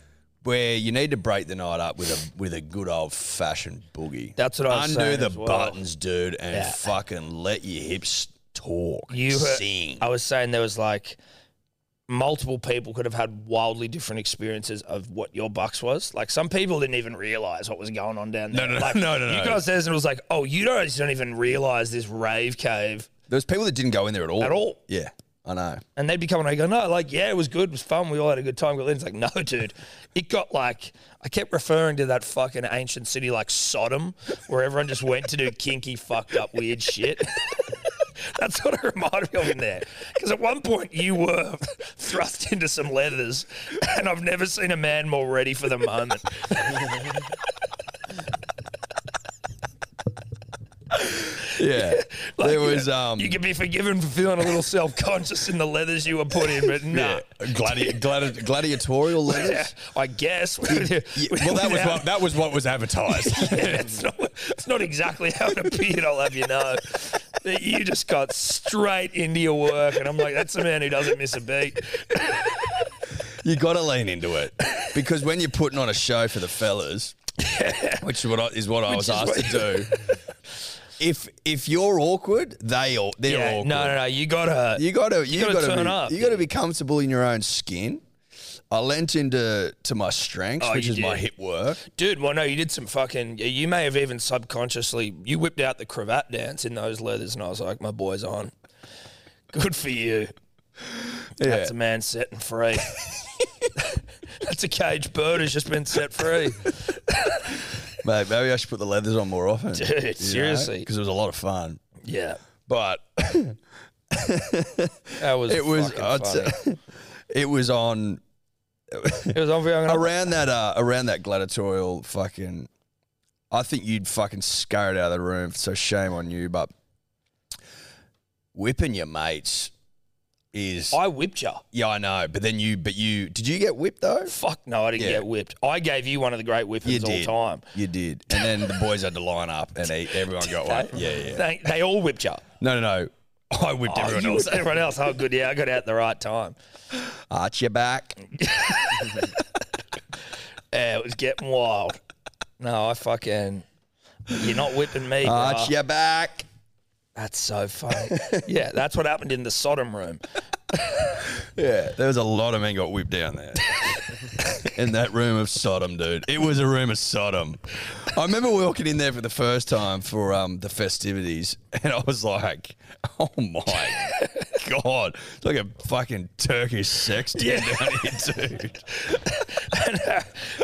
Speaker 3: Where you need to break the night up with a with a good old fashioned boogie.
Speaker 2: That's what I was
Speaker 3: Undo
Speaker 2: saying
Speaker 3: the
Speaker 2: as well.
Speaker 3: buttons, dude, and
Speaker 2: Yeah.
Speaker 3: fucking let your hips talk.
Speaker 2: You heard-
Speaker 3: sing.
Speaker 2: I was saying there was like multiple people could have had wildly different experiences of what your bucks was. Like some people didn't even realize what was going on down there.
Speaker 3: no, no, [laughs]
Speaker 2: like,
Speaker 3: no, no,
Speaker 2: You
Speaker 3: no.
Speaker 2: guys says it was like, oh, you guys don't even realize this rave cave
Speaker 3: There was people that didn't go in there at all.
Speaker 2: at all.
Speaker 3: Yeah, I
Speaker 2: [laughs]
Speaker 3: know.
Speaker 2: And they'd be coming and go, no, like, yeah, it was good, it was fun, we all had a good time. Got It's like, no, [laughs] dude. It got like, I kept referring to that fucking ancient city like Sodom, where everyone just went to do kinky, fucked up, weird shit. [laughs] That's what it reminded me of in there. Because at one point you were [laughs] thrust into some leathers, and I've never seen a man more ready for the moment.
Speaker 3: Yeah, there was
Speaker 2: You know,
Speaker 3: um.
Speaker 2: you can be forgiven for feeling a little self conscious in the leathers you were put in, but nah.
Speaker 3: [laughs] yeah, gladi-
Speaker 2: [laughs]
Speaker 3: gladi- gladiatorial letters.
Speaker 2: Yeah, I guess.
Speaker 3: Yeah, well, that
Speaker 2: [laughs]
Speaker 3: was what that was what was advertised.
Speaker 2: Yeah, [laughs] it's not, it's not exactly how it appeared, I'll have you know. That you just got straight into your work, and I'm like, that's a man who doesn't miss a beat.
Speaker 3: you got to lean into
Speaker 2: [laughs]
Speaker 3: it because when you're putting on a show for the fellas, which is what I, is what I was asked to
Speaker 2: [laughs]
Speaker 3: do. If if you're awkward, they all they're
Speaker 2: Yeah,
Speaker 3: awkward.
Speaker 2: no, no, no, you gotta.
Speaker 3: You gotta you,
Speaker 2: gotta
Speaker 3: gotta,
Speaker 2: turn
Speaker 3: be,
Speaker 2: up.
Speaker 3: You gotta be comfortable in your own skin. I lent into to my strengths,
Speaker 2: Oh,
Speaker 3: which
Speaker 2: you
Speaker 3: is my
Speaker 2: did.
Speaker 3: hip work.
Speaker 2: Dude, well, no, you did some fucking. You may have even subconsciously you whipped out the cravat dance in those leathers, and I was like, my boy's on. Good for you. That's a man set and free. [laughs] That's a caged bird who's just been
Speaker 3: [laughs]
Speaker 2: set free.
Speaker 3: Mate, maybe I should put the leathers on more
Speaker 2: [laughs]
Speaker 3: often.
Speaker 2: seriously.
Speaker 3: Because it was a lot of fun.
Speaker 2: Yeah,
Speaker 3: But
Speaker 2: that was.
Speaker 3: it was I'd
Speaker 2: funny.
Speaker 3: say, [laughs] it was on
Speaker 2: it was
Speaker 3: [laughs]
Speaker 2: on.
Speaker 3: around that uh, around that gladiatorial fucking I think you'd fucking scurried out of the room. So shame on you. But whipping your mates is
Speaker 2: I whipped you.
Speaker 3: yeah, I know. But then you, but you, did you get whipped though?
Speaker 2: Fuck no, I didn't
Speaker 3: Yeah.
Speaker 2: get whipped. I gave you one of the great
Speaker 3: You
Speaker 2: whippings
Speaker 3: did.
Speaker 2: all time.
Speaker 3: You did. And then the boys had to line up, and they, everyone
Speaker 2: [laughs]
Speaker 3: got one. Yeah, yeah.
Speaker 2: They, they all whipped you.
Speaker 3: No, no, no. I whipped
Speaker 2: Oh,
Speaker 3: everyone
Speaker 2: you-
Speaker 3: else.
Speaker 2: Everyone else. Oh, good. Yeah, I got out at the right time.
Speaker 3: Arch your back.
Speaker 2: Yeah, it was getting wild. No, I fucking. You're not whipping me.
Speaker 3: Uh,
Speaker 2: bruh.
Speaker 3: Arch your back.
Speaker 2: That's
Speaker 3: [laughs]
Speaker 2: so funny. yeah, that's what happened in the Sodom room.
Speaker 3: Yeah, there was a lot of men got whipped down [laughs] there. in that room of Sodom, dude. It was a room of Sodom. I remember walking in there for the first time for um, the festivities, and I was like, oh my God. It's like a fucking Turkish sex den down here, dude.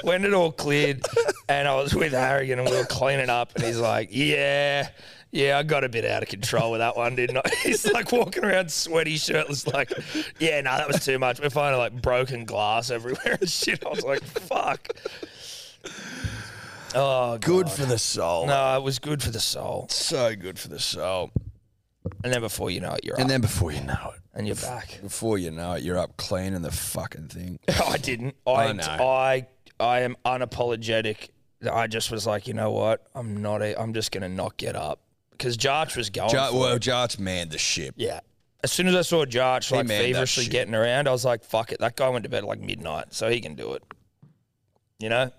Speaker 2: when it uh, all cleared and I was with Harrigan and we were cleaning up and he's like, yeah, yeah, I got a bit out of control with that one, didn't I? [laughs] He's like walking around sweaty, shirtless, like, yeah, no, that was too much. We're finding like broken glass everywhere and shit. I was like, fuck. Oh, God.
Speaker 3: Good for the soul.
Speaker 2: No, it was good for the soul.
Speaker 3: So good for the soul.
Speaker 2: And then before you know it, you're
Speaker 3: And
Speaker 2: up
Speaker 3: then before you know it,
Speaker 2: and you're back.
Speaker 3: before you know it, you're up cleaning the fucking thing.
Speaker 2: [laughs] I didn't. I,
Speaker 3: I
Speaker 2: I,
Speaker 3: know.
Speaker 2: I, am unapologetic. I just was like, you know what? I'm not. A, I'm just gonna not get up because Jarch was going.
Speaker 3: Jar-
Speaker 2: for
Speaker 3: well,
Speaker 2: it.
Speaker 3: Jart's manned the ship.
Speaker 2: yeah. As soon as I saw Jarch like
Speaker 3: manned that
Speaker 2: feverishly
Speaker 3: shit.
Speaker 2: getting around, I was like, fuck it. That guy went to bed at like midnight, so he can do it. You know,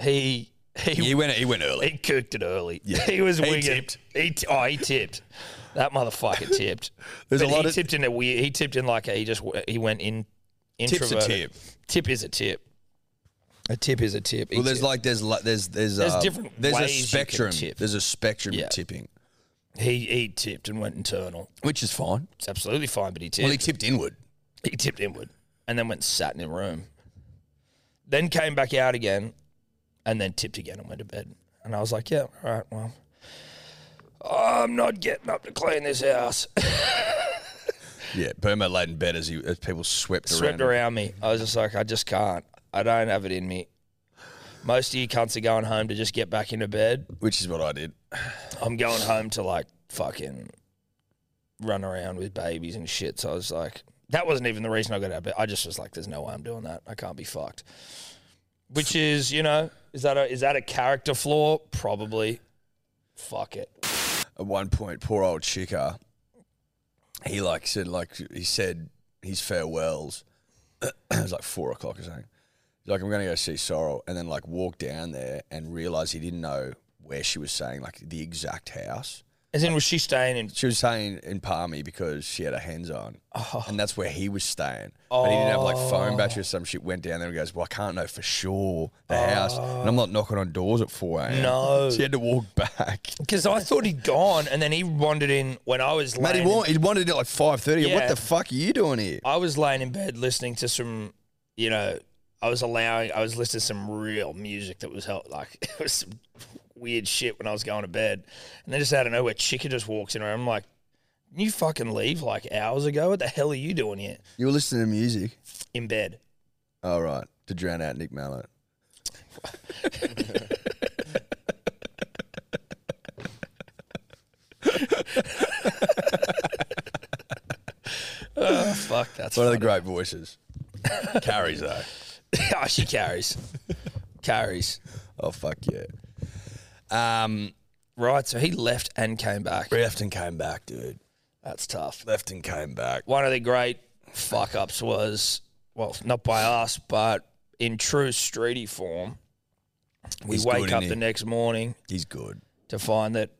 Speaker 2: he he
Speaker 3: He went. He went early.
Speaker 2: [laughs] he cooked it early. He was
Speaker 3: He
Speaker 2: winging.
Speaker 3: tipped.
Speaker 2: He t- oh, he tipped. That
Speaker 3: [laughs]
Speaker 2: motherfucker tipped.
Speaker 3: There's
Speaker 2: but
Speaker 3: a lot
Speaker 2: he
Speaker 3: of-
Speaker 2: tipped in a weird. He tipped in like a, he just w- he went in.
Speaker 3: a
Speaker 2: Introverted.
Speaker 3: tip.
Speaker 2: Tip is a tip. A tip is a tip.
Speaker 3: Well, there's like there's li- there's there's
Speaker 2: There's
Speaker 3: um,
Speaker 2: different
Speaker 3: there's
Speaker 2: ways you
Speaker 3: a
Speaker 2: can
Speaker 3: spectrum.
Speaker 2: tip.
Speaker 3: There's a spectrum
Speaker 2: Yeah.
Speaker 3: of tipping,
Speaker 2: he he tipped and went internal.
Speaker 3: which is fine.
Speaker 2: It's absolutely fine, but he tipped.
Speaker 3: Well, he tipped inward.
Speaker 2: he tipped inward and then went and sat in a room. Then came back out again and then tipped again and went to bed. And I was like, yeah, all right, well, I'm not getting up to clean this house. [laughs]
Speaker 3: Yeah, Burma laid in bed as, he, as people swept,
Speaker 2: Swept
Speaker 3: around.
Speaker 2: around me. I was just like, I just can't. I don't have it in me. Most of you cunts are going home to just get back into bed.
Speaker 3: which is what I did.
Speaker 2: I'm going home to like fucking run around with babies and shit. So I was like, that wasn't even the reason I got out of bed. I just was like, there's no way I'm doing that. I can't be fucked. Which is, you know, is that a is that a character flaw? Probably. Fuck it.
Speaker 3: At one point, poor old Chica, he like said like he said his farewells. [clears throat] it was like four o'clock or something. He's like, I'm gonna go see Sorrel, and then like walk down there and realize he didn't know where she was saying like the exact house.
Speaker 2: As in, was she staying in?
Speaker 3: She was staying in Palmy because she had her hands on,
Speaker 2: Oh,
Speaker 3: and that's where he was staying. But he didn't have like phone battery or some shit. Went down there and goes, "Well, I can't know for sure the house, and I'm not knocking on doors at 4 a.m."
Speaker 2: No.
Speaker 3: so he had to walk back.
Speaker 2: Because I thought he'd gone, and then he wandered in when I was.
Speaker 3: Mate, he,
Speaker 2: laying in-
Speaker 3: wa- he wanted it at like 5:30. What
Speaker 2: Yeah.
Speaker 3: the fuck are you doing here?
Speaker 2: I was laying in bed listening to some, you know, I was allowing, I was listening to some real music that was hel- like [laughs] it was some weird shit when I was going to bed, and then just out of nowhere, Chica just walks in, and I'm like, "You fucking leave like hours ago? What the hell are you doing here
Speaker 3: You were listening to music.
Speaker 2: in bed?"
Speaker 3: All right, to drown out Nick Mallet.
Speaker 2: Oh, fuck, that's
Speaker 3: One of the
Speaker 2: funny.
Speaker 3: great
Speaker 2: [laughs]
Speaker 3: voices. Carries though.
Speaker 2: oh, she carries, carries.
Speaker 3: Oh fuck yeah. Um,
Speaker 2: Right, so he left and came back.
Speaker 3: left and came back, dude.
Speaker 2: That's tough.
Speaker 3: Left and came back.
Speaker 2: one of the great fuck ups was well, not by us, but in true streety form, we
Speaker 3: He's
Speaker 2: wake
Speaker 3: good,
Speaker 2: up
Speaker 3: isn't
Speaker 2: the
Speaker 3: he?
Speaker 2: next morning
Speaker 3: He's good.
Speaker 2: to find that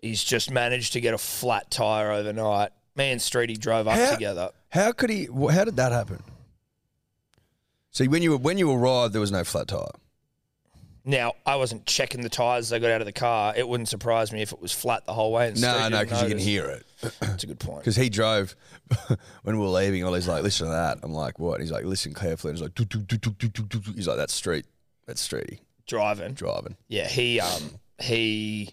Speaker 2: he's just managed to get a flat tire overnight. Me and Streety drove up
Speaker 3: How-
Speaker 2: together.
Speaker 3: How could he? wh- How did that happen? See, when you were, when you arrived, there was no flat tire.
Speaker 2: Now I wasn't checking the tires as I got out of the car. It wouldn't surprise me if it was flat the whole way. And
Speaker 3: No,
Speaker 2: Streety
Speaker 3: no,
Speaker 2: didn't
Speaker 3: because you can
Speaker 2: notice.
Speaker 3: hear it.
Speaker 2: That's a good point.
Speaker 3: Because he drove [laughs] when we were leaving. Ollie's like, "Listen to that." I'm like, "What?" He's like, "Listen carefully." And he's like, "Doo, doo, doo, doo, doo, doo, doo, doo." "He's like, that's street. That's streety
Speaker 2: Driving,
Speaker 3: driving."
Speaker 2: Yeah, he um he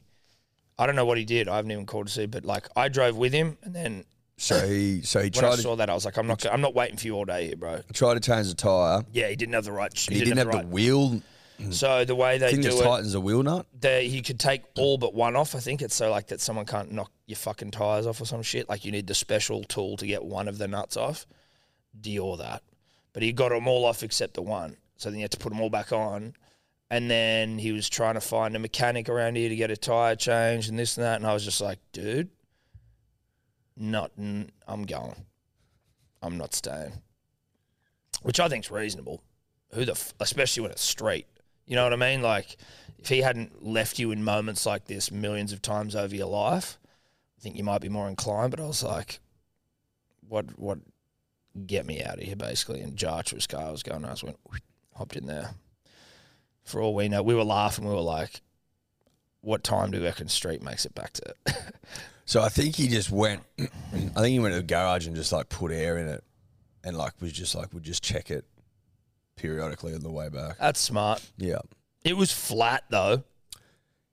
Speaker 2: I don't know what he did. I haven't even called to see, but like I drove with him and then
Speaker 3: So he so he
Speaker 2: when I
Speaker 3: tried to,
Speaker 2: saw that I was like I'm not I'm not waiting for you all day here, bro.
Speaker 3: tried to change the tire.
Speaker 2: Yeah, he didn't have the right
Speaker 3: He, didn't have
Speaker 2: the
Speaker 3: the
Speaker 2: right
Speaker 3: wheel
Speaker 2: So the way they
Speaker 3: I think
Speaker 2: do
Speaker 3: that
Speaker 2: it,
Speaker 3: tightens a wheel nut.
Speaker 2: they, he could take all but one off. I think it's so like that someone can't knock your fucking tires off or some shit. Like you need the special tool to get one of the nuts off. Dior that, but he got them all off except the one. So then you had to put them all back on. And then he was trying to find a mechanic around here to get a tire change and this and that. And I was just like, dude, not. n- I'm going. I'm not staying. Which I think's reasonable. Who the, f- especially when it's straight. You know what I mean? Like, if he hadn't left you in moments like this millions of times over your life, I think you might be more inclined. But I was like, what, what, get me out of here, basically. And Jartra's car was going, I just went, hopped in there. For all we know, we were laughing. We were like, what time do we reckon Street makes it back to [laughs] it?
Speaker 3: So I think he just went. [clears throat] I think he went to the garage and just like put air in it, and like was just like would just check it periodically on the way back.
Speaker 2: That's smart.
Speaker 3: Yeah,
Speaker 2: It was flat, though.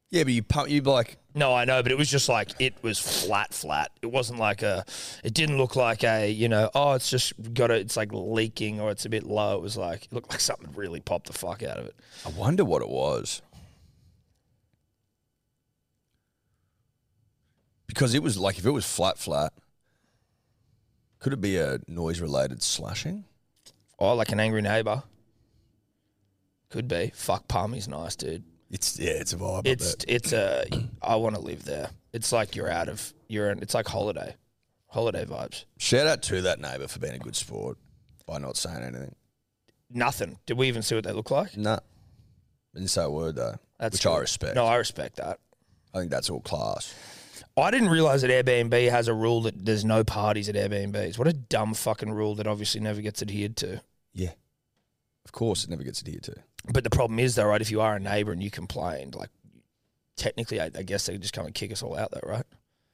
Speaker 3: yeah, but you pump you like
Speaker 2: No, I know, but it was just like it was flat, flat. It wasn't like a. It didn't look like a. You know, oh, it's just got a. It's like leaking or it's a bit low. It was like it looked like something really popped the fuck out of it.
Speaker 3: I wonder what it was. Because it was like if it was flat flat, could it be a noise related slashing?
Speaker 2: Oh, like an angry neighbor. Could be. Fuck, Palmy's nice, dude.
Speaker 3: It's yeah, it's a vibe. I
Speaker 2: It's
Speaker 3: bet.
Speaker 2: it's a. I want to live there. It's like you're out of. You're in. It's like holiday, holiday vibes.
Speaker 3: Shout out to that neighbour for being a good sport by not saying anything.
Speaker 2: Nothing. Did we even see what they look like?
Speaker 3: Nah. Didn't say a word though. which I
Speaker 2: cool.
Speaker 3: respect.
Speaker 2: No, I respect that.
Speaker 3: I think that's all class.
Speaker 2: I didn't realize that Airbnb has a rule that there's no parties at Airbnbs. What a dumb fucking rule that obviously never gets adhered to.
Speaker 3: Yeah. Of course it never gets adhered to.
Speaker 2: But the problem is, though, right? If you are a neighbor and you complained, like technically, I, I guess they could just come and kick us all out, though, right?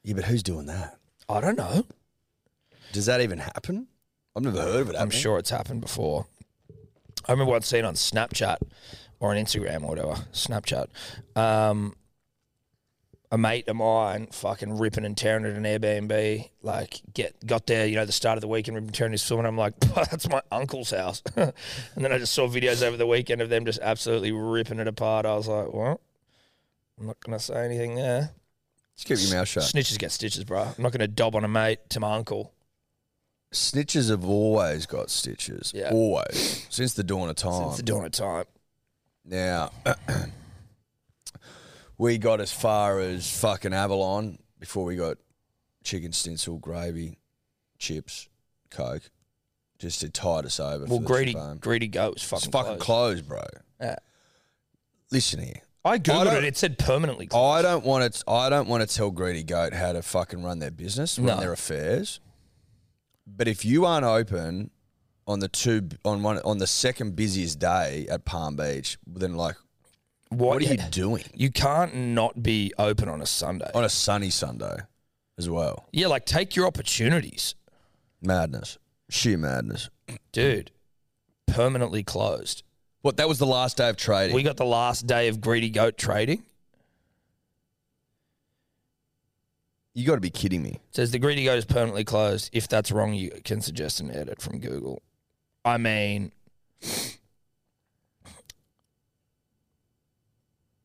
Speaker 3: Yeah, but who's doing that?
Speaker 2: I don't know.
Speaker 3: Does that even happen? I've never heard of it.
Speaker 2: I'm sure it's happened before. I remember I'd seen on Snapchat or on Instagram or whatever, Snapchat, um, a mate of mine fucking ripping and tearing at an Airbnb, like get got there, you know, the start of the weekend, ripping and tearing his film, and I'm like, [laughs] that's my uncle's house. [laughs] and then I just saw videos over the weekend of them just absolutely ripping it apart. I was like, well, I'm not gonna say anything there.
Speaker 3: Just keep your mouth shut.
Speaker 2: Snitches get stitches, bro. I'm not gonna dob on a mate to my uncle.
Speaker 3: Snitches have always got stitches.
Speaker 2: Yeah.
Speaker 3: Always. Since the dawn of time.
Speaker 2: It's the dawn of time.
Speaker 3: Now, [clears throat] we got as far as fucking Avalon before we got chicken stencil, gravy, chips, coke, just to tide us over.
Speaker 2: Well,
Speaker 3: for the
Speaker 2: greedy,
Speaker 3: Shabam.
Speaker 2: greedy goat was fucking,
Speaker 3: It's fucking
Speaker 2: close.
Speaker 3: closed, bro.
Speaker 2: Yeah.
Speaker 3: Listen here.
Speaker 2: I
Speaker 3: I Oh,
Speaker 2: googled
Speaker 3: don't-
Speaker 2: it. It said permanently. closed.
Speaker 3: I don't want to. I don't want to tell Greedy Goat how to fucking run their business, run
Speaker 2: No.
Speaker 3: their affairs. But if you aren't open on the two on one on the second busiest day at Palm Beach, then like,
Speaker 2: what
Speaker 3: what are you
Speaker 2: you?
Speaker 3: doing
Speaker 2: can't not be open on a Sunday.
Speaker 3: on a sunny Sunday as well?
Speaker 2: yeah, like take your opportunities,
Speaker 3: Madness, sheer madness.
Speaker 2: dude. Permanently closed.
Speaker 3: What? That was the last day of trading.
Speaker 2: We got the last day of greedy goat trading.
Speaker 3: you got to be kidding me.
Speaker 2: It says the greedy goat is permanently closed. If that's wrong, you can suggest an edit from Google. I mean,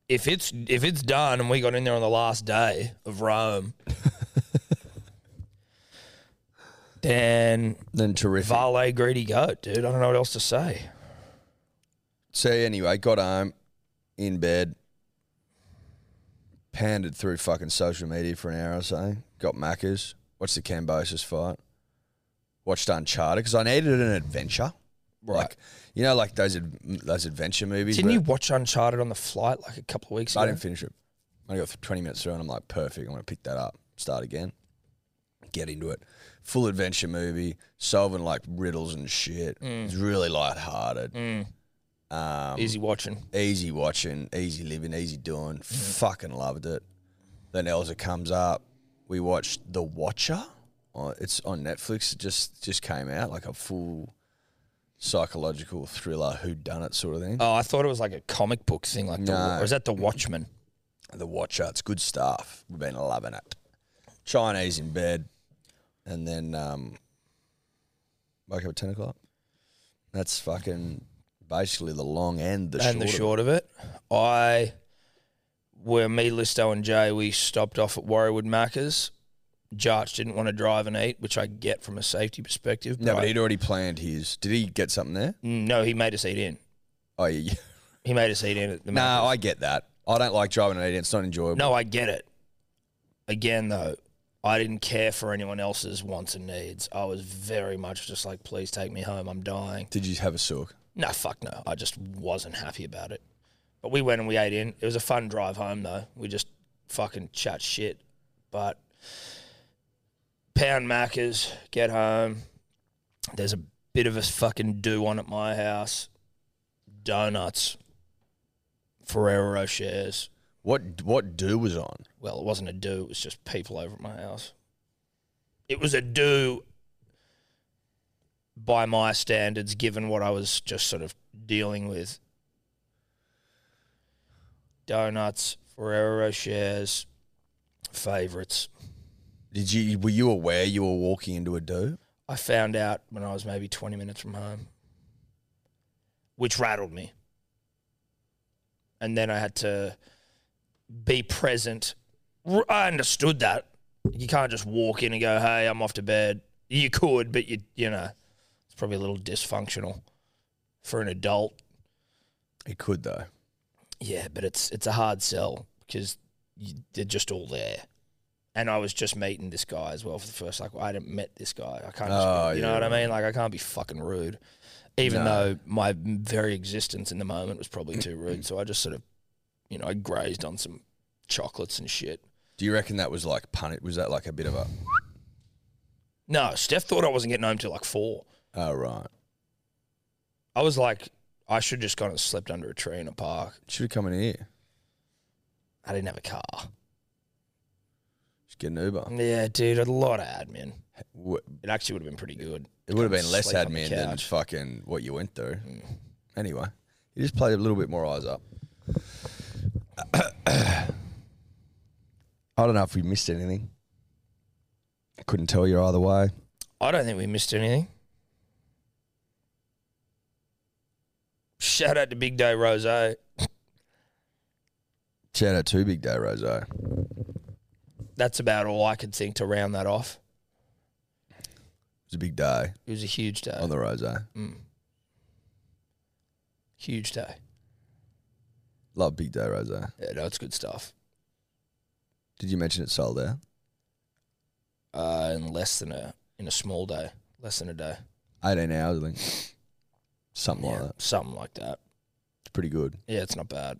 Speaker 2: if it's if it's done and we got in there on the last day
Speaker 3: [laughs]
Speaker 2: of Rome, then
Speaker 3: Then terrific.
Speaker 2: Valet greedy goat, dude. I don't know what else to say.
Speaker 3: So anyway, got home, in bed, pandered through fucking social media for an hour or so. Got Macca's, watched the Cambosis fight, watched Uncharted because I needed an adventure. Like you know, like those ad- those adventure movies.
Speaker 2: Didn't
Speaker 3: where-
Speaker 2: you watch Uncharted on the flight like a couple of weeks ago?
Speaker 3: I didn't finish it. I only got twenty minutes through, and I'm like, perfect. I'm gonna pick that up, start again, get into it. Full adventure movie, solving like riddles and shit. It's really lighthearted. Um,
Speaker 2: Mm. Easy watching.
Speaker 3: easy watching, easy living, easy doing. Fucking loved it. Then Elsa comes up. We watched The Watcher. Uh, It's on Netflix. It just just came out like a full psychological thriller, who done it sort of thing.
Speaker 2: Oh, I thought it was like a comic book thing, like the,
Speaker 3: No.
Speaker 2: or is that the Watchmen? Oh.
Speaker 3: The Watcher. It's good stuff. We've been loving it. Chinese in bed, and then um, wake up at ten o'clock. That's fucking basically the long and the short.
Speaker 2: and the
Speaker 3: of it.
Speaker 2: short of it, I were me, Listo, and Jay. We stopped off at Warriwood Macca's. Jarch didn't want to drive and eat, which I get from a safety perspective.
Speaker 3: No, but
Speaker 2: I- Mm,
Speaker 3: he'd already planned his. Did he get something there?
Speaker 2: no, he made us eat in.
Speaker 3: Oh yeah. yeah.
Speaker 2: He made us eat in at the
Speaker 3: No,
Speaker 2: Macca's.
Speaker 3: I get that. I don't like driving an eight. It's not enjoyable.
Speaker 2: No, I get it. Again, though, I didn't care for anyone else's wants and needs. I was very much just like, please take me home. I'm dying.
Speaker 3: Did you have a sook?
Speaker 2: No, fuck no. I just wasn't happy about it. But we went and we ate in. It was a fun drive home, though. We just fucking chat shit. But pound Maccas, get home. There's a bit of a fucking do on at my house. Donuts. Ferrero shares.
Speaker 3: What what do was on?
Speaker 2: well, it wasn't a do, it was just people over at my house. It was a do by my standards, given what I was just sort of dealing with. Donuts, Ferrero shares, favorites.
Speaker 3: Did you were you aware you were walking into a do?
Speaker 2: I found out when I was maybe 20 minutes from home, which rattled me. And then I had to be present. R- I understood that. You can't just walk in and go, hey, I'm off to bed. You could, but you, you know, it's probably a little dysfunctional for an adult.
Speaker 3: It could though.
Speaker 2: Yeah, but it's it's a hard sell because you, they're just all there. And I was just meeting this guy as well for the first like I hadn't met this guy. I can't, just,
Speaker 3: Oh,
Speaker 2: you know
Speaker 3: yeah,
Speaker 2: what I
Speaker 3: right.
Speaker 2: mean? Like I can't be fucking rude, even
Speaker 3: No.
Speaker 2: though my very existence in the moment was probably too rude. So I just sort of, you know, I grazed on some chocolates and shit.
Speaker 3: Do you reckon that was like pun? Was that like a bit of a?
Speaker 2: No, Steph thought I wasn't getting home till like four.
Speaker 3: Oh right.
Speaker 2: I was like, I should just gone and slept under a tree in a park.
Speaker 3: Should have come in here.
Speaker 2: I didn't have a car.
Speaker 3: Just get an Uber.
Speaker 2: Yeah, dude, a lot of admin.
Speaker 3: Wh-
Speaker 2: It actually would have been pretty good.
Speaker 3: It would have been less
Speaker 2: Sleep on the
Speaker 3: admin than
Speaker 2: couch.
Speaker 3: fucking what you went through.
Speaker 2: Hmm.
Speaker 3: Anyway, you just played a little bit more eyes up. [coughs] I don't know if we missed anything. Couldn't tell you either way.
Speaker 2: I don't think we missed anything. Shout out to Big Day Rose.
Speaker 3: Shout out to Big Day Roseau.
Speaker 2: That's about all I could think to round that off.
Speaker 3: It was a big day
Speaker 2: It was a huge day. Mm.
Speaker 3: on the Roseau.
Speaker 2: Huge day.
Speaker 3: Love Big Day Roseau.
Speaker 2: Yeah, no, it's good stuff.
Speaker 3: Did you mention it sold out?
Speaker 2: Uh, in less than a in a small day, less than a day,
Speaker 3: 18 hours, I think. Something like
Speaker 2: Yeah,
Speaker 3: that.
Speaker 2: something like that.
Speaker 3: It's pretty good.
Speaker 2: Yeah, it's not bad.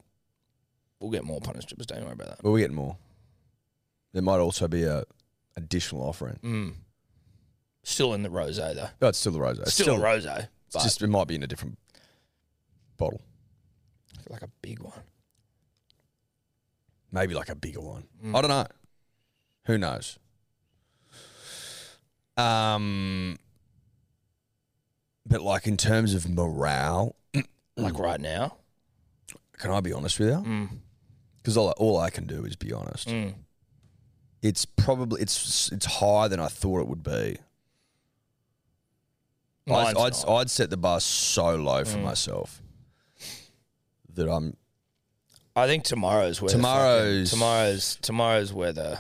Speaker 2: We'll get more punished strippers. Don't worry about that.
Speaker 3: But we get more. There might also be a additional offering.
Speaker 2: Mm. Still in the rose though.
Speaker 3: No, it's still the Roseau. It's
Speaker 2: Still, a rose. But
Speaker 3: It's just it might be in a different bottle,
Speaker 2: like a big one.
Speaker 3: maybe like a bigger one.
Speaker 2: Mm.
Speaker 3: I don't know. Who knows? Um, but like in terms of morale,
Speaker 2: Like right now.
Speaker 3: can I be honest with you?
Speaker 2: Mm.
Speaker 3: Because all, all I can do is be honest.
Speaker 2: Mm.
Speaker 3: It's probably it's it's higher than I thought it would be.
Speaker 2: Mine's
Speaker 3: I'd, I'd,
Speaker 2: not. Mm.
Speaker 3: I'd set the bar so low for myself that I'm
Speaker 2: I think tomorrow's where the
Speaker 3: Tomorrow's-
Speaker 2: fucking- tomorrow's tomorrow's where the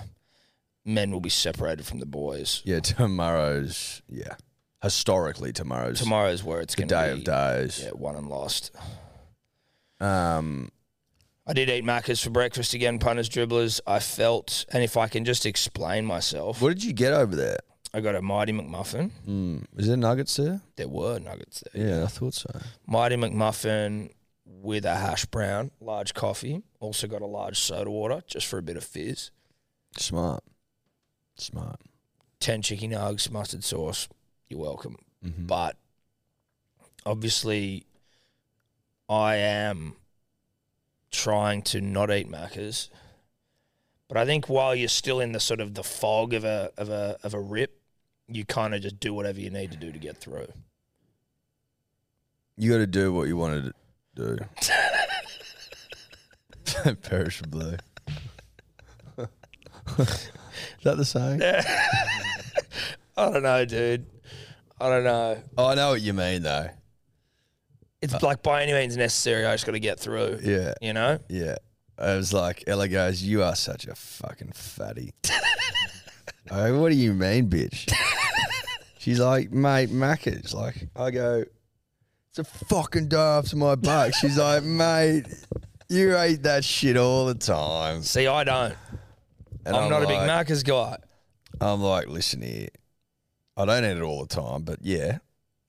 Speaker 2: men will be separated from the boys.
Speaker 3: yeah [laughs] tomorrow's yeah historically tomorrow's
Speaker 2: Tomorrow's where it's
Speaker 3: the
Speaker 2: going to
Speaker 3: day
Speaker 2: be
Speaker 3: of days.
Speaker 2: Yeah, won and lost.
Speaker 3: Um,
Speaker 2: I did eat macca's for breakfast again, punters, dribblers. I felt, and if I can just explain myself,
Speaker 3: what did you get over there?
Speaker 2: I got a mighty McMuffin.
Speaker 3: Mm. Was there nuggets there?
Speaker 2: There were nuggets there.
Speaker 3: Yeah, I thought so.
Speaker 2: Mighty McMuffin with a hash brown, large coffee. Also got a large soda water just for a bit of fizz.
Speaker 3: Smart, smart.
Speaker 2: ten chicken nugs, mustard sauce. You're welcome.
Speaker 3: Mm-hmm.
Speaker 2: But obviously, I am trying to not eat macas. But I think while you're still in the sort of the fog of a of a of a rip, you kind of just do whatever you need to do to get through.
Speaker 3: You got to do what you wanted
Speaker 2: [laughs]
Speaker 3: [laughs] to do. [laughs] Perishably. Is that the saying?
Speaker 2: I don't know, dude. I don't know.
Speaker 3: Oh, I know what you mean, though.
Speaker 2: it's like by any means necessary. I just got to get through.
Speaker 3: Yeah.
Speaker 2: You know?
Speaker 3: Yeah. I was like, Ella goes, you are such a fucking fatty. [laughs] I go, what do you mean, bitch? [laughs] She's like, mate, Macca's. Like, I go, it's a fucking day after my buck. She's like, mate, you ate that shit all the time.
Speaker 2: See, I don't.
Speaker 3: And
Speaker 2: I'm, not
Speaker 3: like,
Speaker 2: a big Macca's guy.
Speaker 3: I'm like, listen here, I don't eat it all the time, but yeah,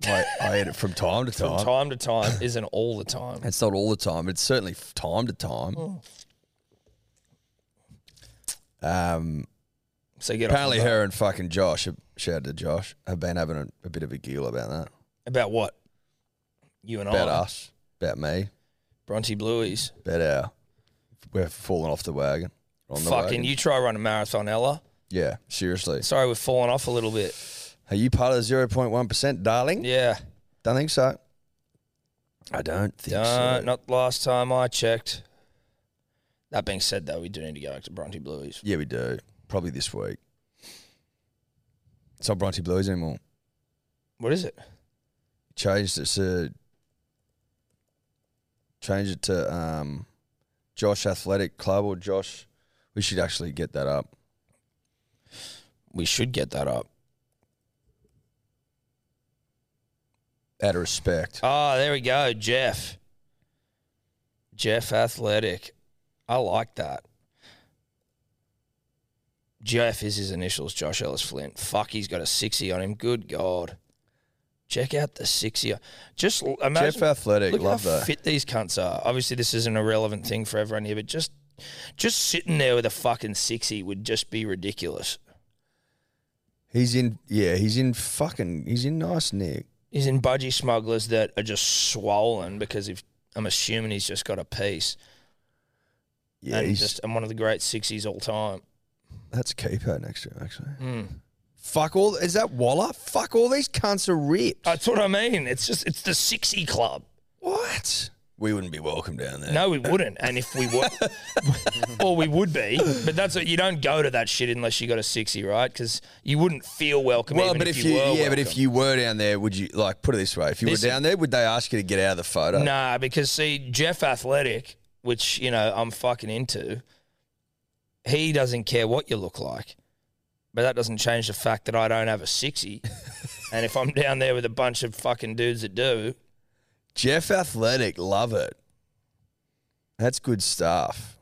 Speaker 3: I, I eat it from time to time.
Speaker 2: From time to time isn't all the time.
Speaker 3: It's not all the time, but it's certainly f- time to time.
Speaker 2: Oh.
Speaker 3: Um,
Speaker 2: So get
Speaker 3: apparently,
Speaker 2: off my
Speaker 3: her and fucking Josh, shout out to Josh, have been having a, a bit of a giggle about that.
Speaker 2: back. about what you and
Speaker 3: About
Speaker 2: I,
Speaker 3: us, about me,
Speaker 2: Bronte Blueies.
Speaker 3: about our. We're falling off the wagon. We're On the
Speaker 2: Fucking,
Speaker 3: wagon.
Speaker 2: you try run a marathon, Ella.
Speaker 3: Yeah, seriously.
Speaker 2: Sorry, we've fallen off a little bit.
Speaker 3: Are you part of the 0.1%, darling?
Speaker 2: Yeah,
Speaker 3: Don't think so. I don't think
Speaker 2: uh,
Speaker 3: so.
Speaker 2: not last time I checked. That being said, though, we do need to go back to Bronte Blueies.
Speaker 3: Yeah, we do. Probably this week. It's not Bronte Blues anymore.
Speaker 2: What is it?
Speaker 3: changed it to changed it to um, Josh Athletic Club or Josh. We should actually get that up.
Speaker 2: We should get that up.
Speaker 3: Out of respect,
Speaker 2: Ah, there we go, Jeff. Jeff Athletic. I like that. Jeff is his initials, Josh Ellis Flint. Fuck, he's got a 60 on him. Good God. Check out the 60. Just l- imagine.
Speaker 3: Jeff Athletic.
Speaker 2: look
Speaker 3: love
Speaker 2: how
Speaker 3: that.
Speaker 2: fit these cunts are. Obviously, this is an irrelevant thing for everyone here, but just just sitting there with a fucking 60 would just be ridiculous.
Speaker 3: He's in. Yeah, he's in. Fucking. He's in nice nick.
Speaker 2: He's in budgie smugglers that are just swollen because if I'm assuming he's just got a piece.
Speaker 3: Yeah,
Speaker 2: and
Speaker 3: he's,
Speaker 2: just and one of the great sixties all time.
Speaker 3: that's keeper next to him actually.
Speaker 2: Hmm.
Speaker 3: Fuck all. Is that Waller? Fuck all these cunts are ripped.
Speaker 2: That's what I mean. It's just it's the sixty club.
Speaker 3: what? We wouldn't be welcome down there.
Speaker 2: No, we wouldn't. And if we would, [laughs] or we would be, but that's what you don't go to that shit unless you got a sixty, right? Because you wouldn't feel welcome.
Speaker 3: Well,
Speaker 2: even
Speaker 3: but
Speaker 2: if,
Speaker 3: if, you,
Speaker 2: were
Speaker 3: yeah,
Speaker 2: welcome.
Speaker 3: but if you were down there, would you like put it this way? If you
Speaker 2: This-
Speaker 3: were down there, would they ask you to get out of the photo?
Speaker 2: Nah, because see, Jeff Athletic, which, you know, I'm fucking into, he doesn't care what you look like. But that doesn't change the fact that I don't have
Speaker 3: [laughs]
Speaker 2: a 60. and if I'm down there with a bunch of fucking dudes that do,
Speaker 3: Jeff Athletic, love it. That's good stuff.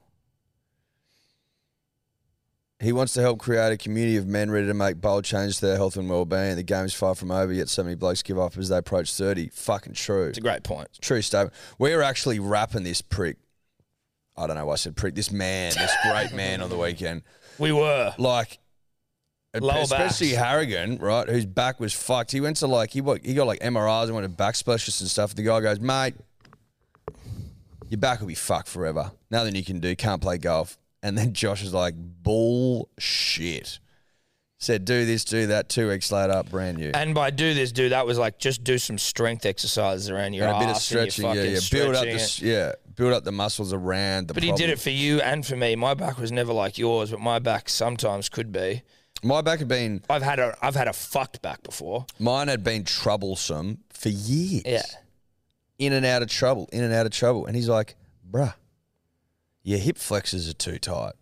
Speaker 3: He wants to help create a community of men ready to make bold changes to their health and well-being. The game's far from over, yet so many blokes give up as they approach 30. Fucking true.
Speaker 2: it's a great point.
Speaker 3: True statement. We're actually wrapping this prick. I don't know why I said prick. This man, this great man on the weekend.
Speaker 2: We were.
Speaker 3: Like,
Speaker 2: Lower
Speaker 3: especially
Speaker 2: backs.
Speaker 3: Harrigan, right, whose back was fucked. He went to like, he, what, he got like MRIs and went to back specialists and stuff. The guy goes, mate, your back will be fucked forever. Nothing you can do. Can't play golf. And then [laughs] Josh is like, bullshit. Said, do this, do that. Two weeks later, brand new.
Speaker 2: And by do this, do that was like just do some strength exercises around your
Speaker 3: And a bit of
Speaker 2: ass and your
Speaker 3: stretching, yeah,
Speaker 2: fucking
Speaker 3: yeah. Build up the,
Speaker 2: stretching it.
Speaker 3: s- yeah, build up the muscles around the.
Speaker 2: But he did it for you and for me. My back was never like yours, but my back sometimes could be.
Speaker 3: My back had been,
Speaker 2: I've had a I've had a fucked back before.
Speaker 3: mine had been troublesome for years.
Speaker 2: Yeah.
Speaker 3: in and out of trouble, in and out of trouble. And he's like, bruh, your hip flexors are too tight.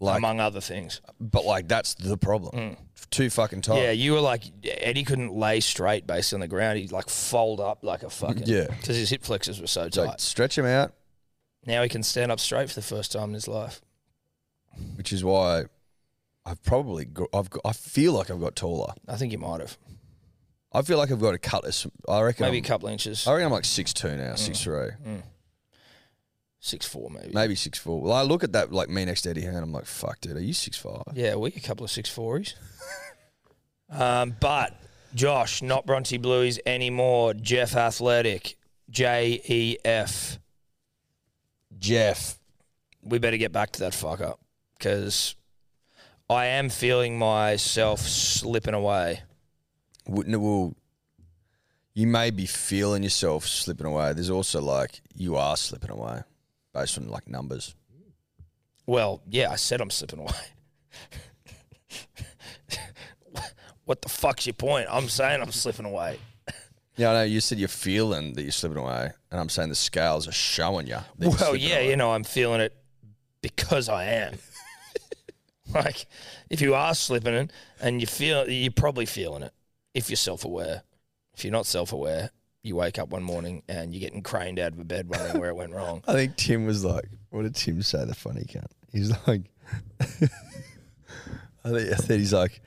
Speaker 3: Like,
Speaker 2: among other things.
Speaker 3: but like, that's the problem. Too fucking tight.
Speaker 2: Mm. Yeah, you were like Eddie couldn't lay straight based on the ground. He'd like fold up like a fucking
Speaker 3: Yeah.
Speaker 2: because his hip flexors were so
Speaker 3: It's like,
Speaker 2: tight.
Speaker 3: stretch him out,
Speaker 2: now he can stand up straight for the first time in his life.
Speaker 3: which is why I've probably, gr- I've, got, I feel like I've got taller.
Speaker 2: I think he might have
Speaker 3: I feel like I've got a cut. us- I reckon,
Speaker 2: maybe Mm. a
Speaker 3: I'm,
Speaker 2: couple inches,
Speaker 3: I reckon I'm like 6'2 now, 6'3,
Speaker 2: six four maybe.
Speaker 3: maybe 6'4. Well, I look at that like me next to Eddie Hearn, I'm like, fuck, dude, are you 6'5?
Speaker 2: Yeah, we a couple of six fours. um, but Josh, not Bronte Blues anymore. Jeff Athletic, J E F.
Speaker 3: Jeff.
Speaker 2: we better get back to that fuck up because I am feeling myself slipping away.
Speaker 3: wouldn't it will you may be feeling yourself slipping away. There's also like you are slipping away based on like numbers.
Speaker 2: Well, yeah, I said I'm slipping away. [laughs] what the fuck's your point? I'm saying I'm slipping away.
Speaker 3: Yeah, I know. You said you're feeling that you're slipping away, and I'm saying the scales are showing you. that you're
Speaker 2: Well,
Speaker 3: slipping
Speaker 2: yeah,
Speaker 3: away.
Speaker 2: you know, I'm feeling it because I [laughs] am. like, if you are slipping it and you feel, you're probably feeling it if you're self aware. If you're not self aware, you wake up one morning and you're getting craned out of a bed wondering where it went wrong.
Speaker 3: I think Tim was like, "What did Tim say?" The funny cunt. He's like, [laughs] I think, I think he's like,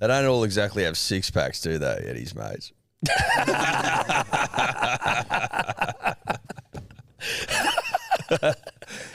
Speaker 3: they don't all exactly have six packs, do they? At his mates. [laughs]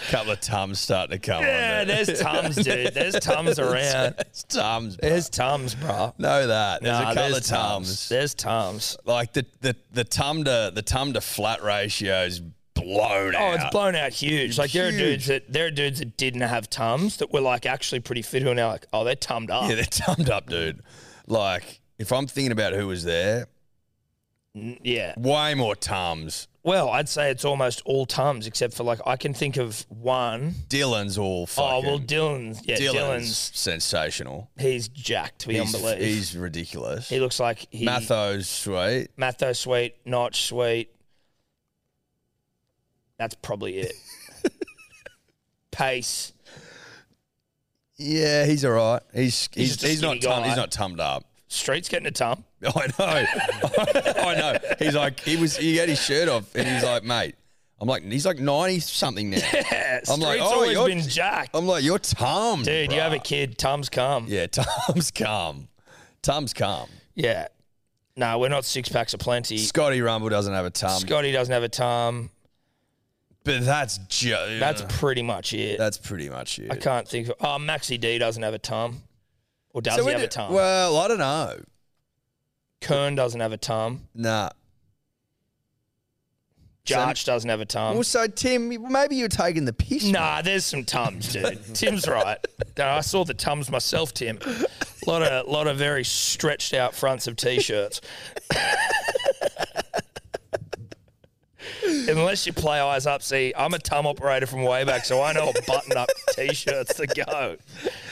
Speaker 3: Couple of tums starting to come.
Speaker 2: [laughs] Yeah,
Speaker 3: on there.
Speaker 2: there's tums, dude. [laughs] There's tums around.
Speaker 3: [laughs] It's tums. bro.
Speaker 2: There's tums, bro.
Speaker 3: know that. There's
Speaker 2: Nah,
Speaker 3: a couple of tums.
Speaker 2: There's tums.
Speaker 3: Like the the the tum to the tum to flat ratio is blown
Speaker 2: Oh,
Speaker 3: out.
Speaker 2: it's blown out huge. Like there are dudes that there are dudes that didn't have tums that were like actually pretty fit who are now like, oh, they're tummed up.
Speaker 3: Yeah, they're tummed up, dude. Like, if I'm thinking about who was there,
Speaker 2: N- yeah.
Speaker 3: way more tums.
Speaker 2: Well, I'd say it's almost all Tums, except for like I can think of one.
Speaker 3: Dylan's all
Speaker 2: Oh
Speaker 3: fucking.
Speaker 2: well, Dylan's yeah,
Speaker 3: Dylan's,
Speaker 2: Dylan's,
Speaker 3: sensational.
Speaker 2: he's jacked beyond
Speaker 3: He's,
Speaker 2: belief.
Speaker 3: he's ridiculous.
Speaker 2: he looks like he
Speaker 3: Matho's sweet.
Speaker 2: Matho sweet, Notch sweet. That's probably
Speaker 3: [laughs]
Speaker 2: it. Pace,
Speaker 3: Yeah, he's all right. He's
Speaker 2: He's
Speaker 3: he's
Speaker 2: just a
Speaker 3: he's, not
Speaker 2: skinny
Speaker 3: tum-
Speaker 2: guy.
Speaker 3: he's not tummed up. [laughs]
Speaker 2: Street's getting a tum.
Speaker 3: I know. [laughs] I know. He's like he was he had his shirt off and he's like, mate. I'm like he's like ninety something
Speaker 2: [laughs]
Speaker 3: now.
Speaker 2: Yeah, Street's
Speaker 3: I'm like, oh,
Speaker 2: always
Speaker 3: you're-
Speaker 2: been jacked,
Speaker 3: I'm like, you're tummed.
Speaker 2: dude. You
Speaker 3: bruh."
Speaker 2: have a kid, Tums come. Yeah.
Speaker 3: Yeah, [laughs] Tom's come. Tom's come.
Speaker 2: No, we're not six packs of plenty.
Speaker 3: Scotty Rumble doesn't have a tum.
Speaker 2: Scotty doesn't have a tum.
Speaker 3: But that's ju-
Speaker 2: That's pretty much it.
Speaker 3: that's pretty much it.
Speaker 2: I can't think of. Oh, Maxi D doesn't have a tum. Or does
Speaker 3: So
Speaker 2: he
Speaker 3: we
Speaker 2: have a
Speaker 3: did-
Speaker 2: tum?
Speaker 3: Well, I don't know.
Speaker 2: Kern doesn't have a tum.
Speaker 3: Nah.
Speaker 2: Jarch doesn't have a tum.
Speaker 3: well, so Tim, maybe you're taking the piss.
Speaker 2: Nah, there's some tums, dude. Tim's right. No, I saw the tums myself, Tim. A lot of lot of very stretched out fronts of t-shirts. [laughs] Unless you play eyes up, see, I'm a tum operator from way back, so I know button up t-shirts to go.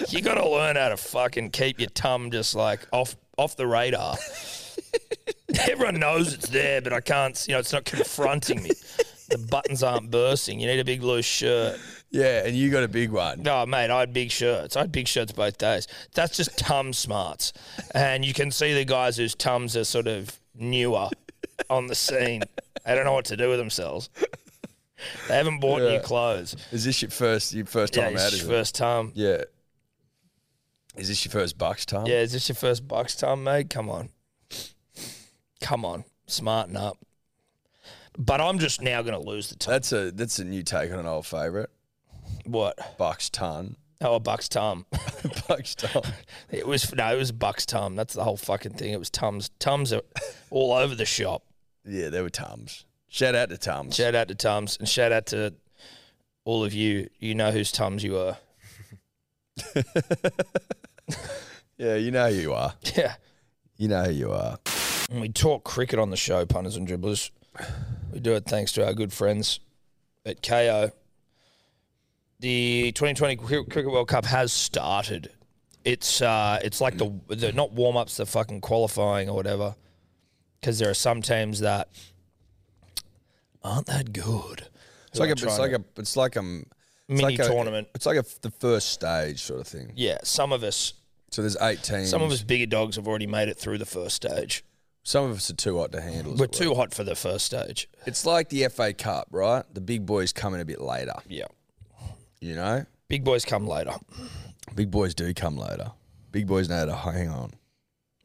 Speaker 2: You got to learn how to fucking keep your tum just like off off the radar. Everyone knows it's there, but I can't. You know, it's not confronting me. The buttons aren't bursting. You need a big loose shirt.
Speaker 3: Yeah, and you got a big one.
Speaker 2: No, mate, I had big shirts. I had big shirts both days. That's just tum smarts. And you can see the guys whose tums are sort of newer on the scene. They don't know what to do with themselves. They haven't bought new
Speaker 3: Yeah.
Speaker 2: clothes.
Speaker 3: Is this your first your first
Speaker 2: Yeah,
Speaker 3: time
Speaker 2: it's
Speaker 3: out?
Speaker 2: your
Speaker 3: Is it?
Speaker 2: first tum.
Speaker 3: Yeah. Is this your first Bucks time?
Speaker 2: Yeah, is this your first Bucks time, mate? Come on. Come on. Smarten up. But I'm just now going to lose the tum.
Speaker 3: That's a that's a new take on an old favourite.
Speaker 2: What?
Speaker 3: Bucks ton.
Speaker 2: Oh, a Bucks tum.
Speaker 3: [laughs]
Speaker 2: [laughs]
Speaker 3: Bucks ton.
Speaker 2: It was no, it was Bucks Tum. That's the whole fucking thing. It was Tums. Tums are all over the shop.
Speaker 3: yeah, there were Tums. Shout out to Tums.
Speaker 2: Shout out to Tums and shout out to all of you. You know whose Tums you are. [laughs]
Speaker 3: yeah, you know who you are.
Speaker 2: Yeah.
Speaker 3: You know who you are.
Speaker 2: And we talk cricket on the show, punters and dribblers. We do it thanks to our good friends at KO. The 2020 Cri- Cricket World Cup has started. It's uh, it's like the, the not warm ups, the fucking qualifying or whatever. Because there are some teams that aren't that good.
Speaker 3: It's like a it's like a it's like um it's
Speaker 2: Mini
Speaker 3: like a-
Speaker 2: tournament.
Speaker 3: it's like a, the first stage sort of thing.
Speaker 2: yeah. Some of us,
Speaker 3: So there's eight teams.
Speaker 2: some of us bigger dogs have already made it through the first stage.
Speaker 3: Some of us are too hot to handle. as
Speaker 2: We're
Speaker 3: it
Speaker 2: too hot for the first stage.
Speaker 3: were. It's like the FA Cup, right? The big boys come in a bit later.
Speaker 2: Yeah.
Speaker 3: You know,
Speaker 2: Big boys come later.
Speaker 3: big boys do come later. Big boys know how to hang on,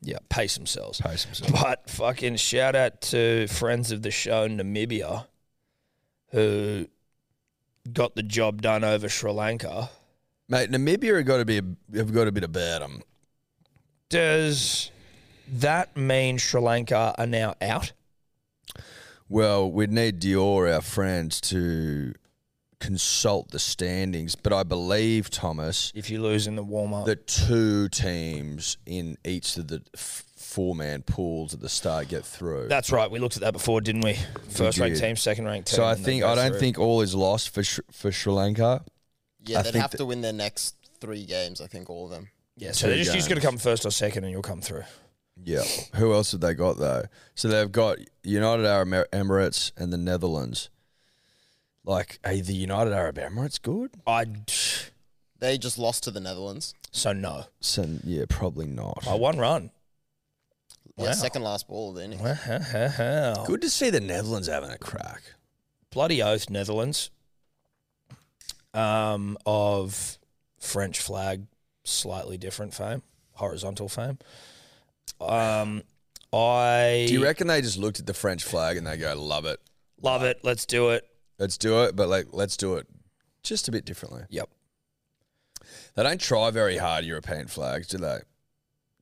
Speaker 2: Yeah, pace themselves.
Speaker 3: pace themselves.
Speaker 2: But fucking shout out to friends of the show Namibia, who got the job done over Sri Lanka.
Speaker 3: Mate, Namibia have got to be um, a, have got a bit about them.
Speaker 2: Does that mean Sri Lanka are now out?
Speaker 3: Well, we'd need Dior, our friends, to consult the standings. But I believe Thomas
Speaker 2: If you lose in the warm up,
Speaker 3: that two teams in each of the f- four man pools at the start get through.
Speaker 2: that's right. We looked at that before, didn't we? First ranked
Speaker 3: did.
Speaker 2: team, second ranked team.
Speaker 3: so I
Speaker 2: and they
Speaker 3: think
Speaker 2: go
Speaker 3: I don't
Speaker 2: through.
Speaker 3: think all is lost for Sh- for Sri Lanka.
Speaker 4: Yeah,
Speaker 3: I
Speaker 4: they'd
Speaker 3: think
Speaker 4: have
Speaker 3: that-
Speaker 4: to win their next three games. I think all of them.
Speaker 2: Yeah, so
Speaker 3: two
Speaker 2: they just, you just got to
Speaker 3: games.
Speaker 2: come first or second, and you'll come through.
Speaker 3: Yeah. Who else have they got though? So they've got United Arab Emir- Emirates and the Netherlands. Like, are the United Arab Emirates good?
Speaker 2: I
Speaker 4: They just lost to the Netherlands.
Speaker 2: so no.
Speaker 3: So, yeah, probably not.
Speaker 2: I one run. [laughs]
Speaker 4: Yeah, second last ball of the inning.
Speaker 2: Wow.
Speaker 3: Good to see the Netherlands having a crack.
Speaker 2: bloody oath Netherlands um, of French flag, slightly different fame, horizontal fame. Um, I
Speaker 3: Do you reckon they just looked at the French flag and they go, "Love it,
Speaker 2: love it. Let's do it.
Speaker 3: let's do it," but like, let's do it just a bit differently.
Speaker 2: Yep.
Speaker 3: They don't try very hard European flags, do they?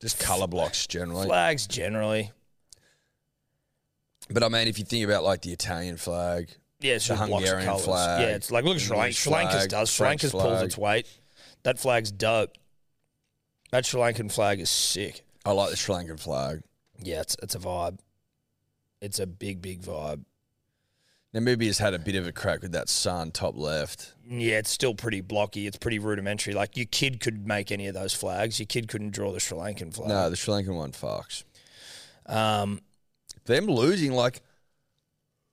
Speaker 3: Just color blocks generally.
Speaker 2: Flags generally.
Speaker 3: But I mean, if you think about like the Italian flag,
Speaker 2: Yeah, it's
Speaker 3: The
Speaker 2: just blocks of
Speaker 3: Hungarian
Speaker 2: colours.
Speaker 3: flag,
Speaker 2: Yeah, it's like look at Sri Lanka.
Speaker 3: English
Speaker 2: Sri Lanka's
Speaker 3: flag,
Speaker 2: does. Sri
Speaker 3: French
Speaker 2: Lanka's pulls
Speaker 3: flag.
Speaker 2: its weight. That flag's dope. That Sri Lankan flag is sick.
Speaker 3: I like the Sri Lankan flag.
Speaker 2: Yeah, it's it's a vibe. It's a big, big vibe.
Speaker 3: Namibia's had a bit of a crack with that sun top left.
Speaker 2: yeah, it's still pretty blocky. It's pretty rudimentary. Like your kid could make any of those flags. Your kid couldn't draw the Sri Lankan
Speaker 3: No,
Speaker 2: flag.
Speaker 3: the Sri Lankan one fucks.
Speaker 2: Um,
Speaker 3: Them losing, like,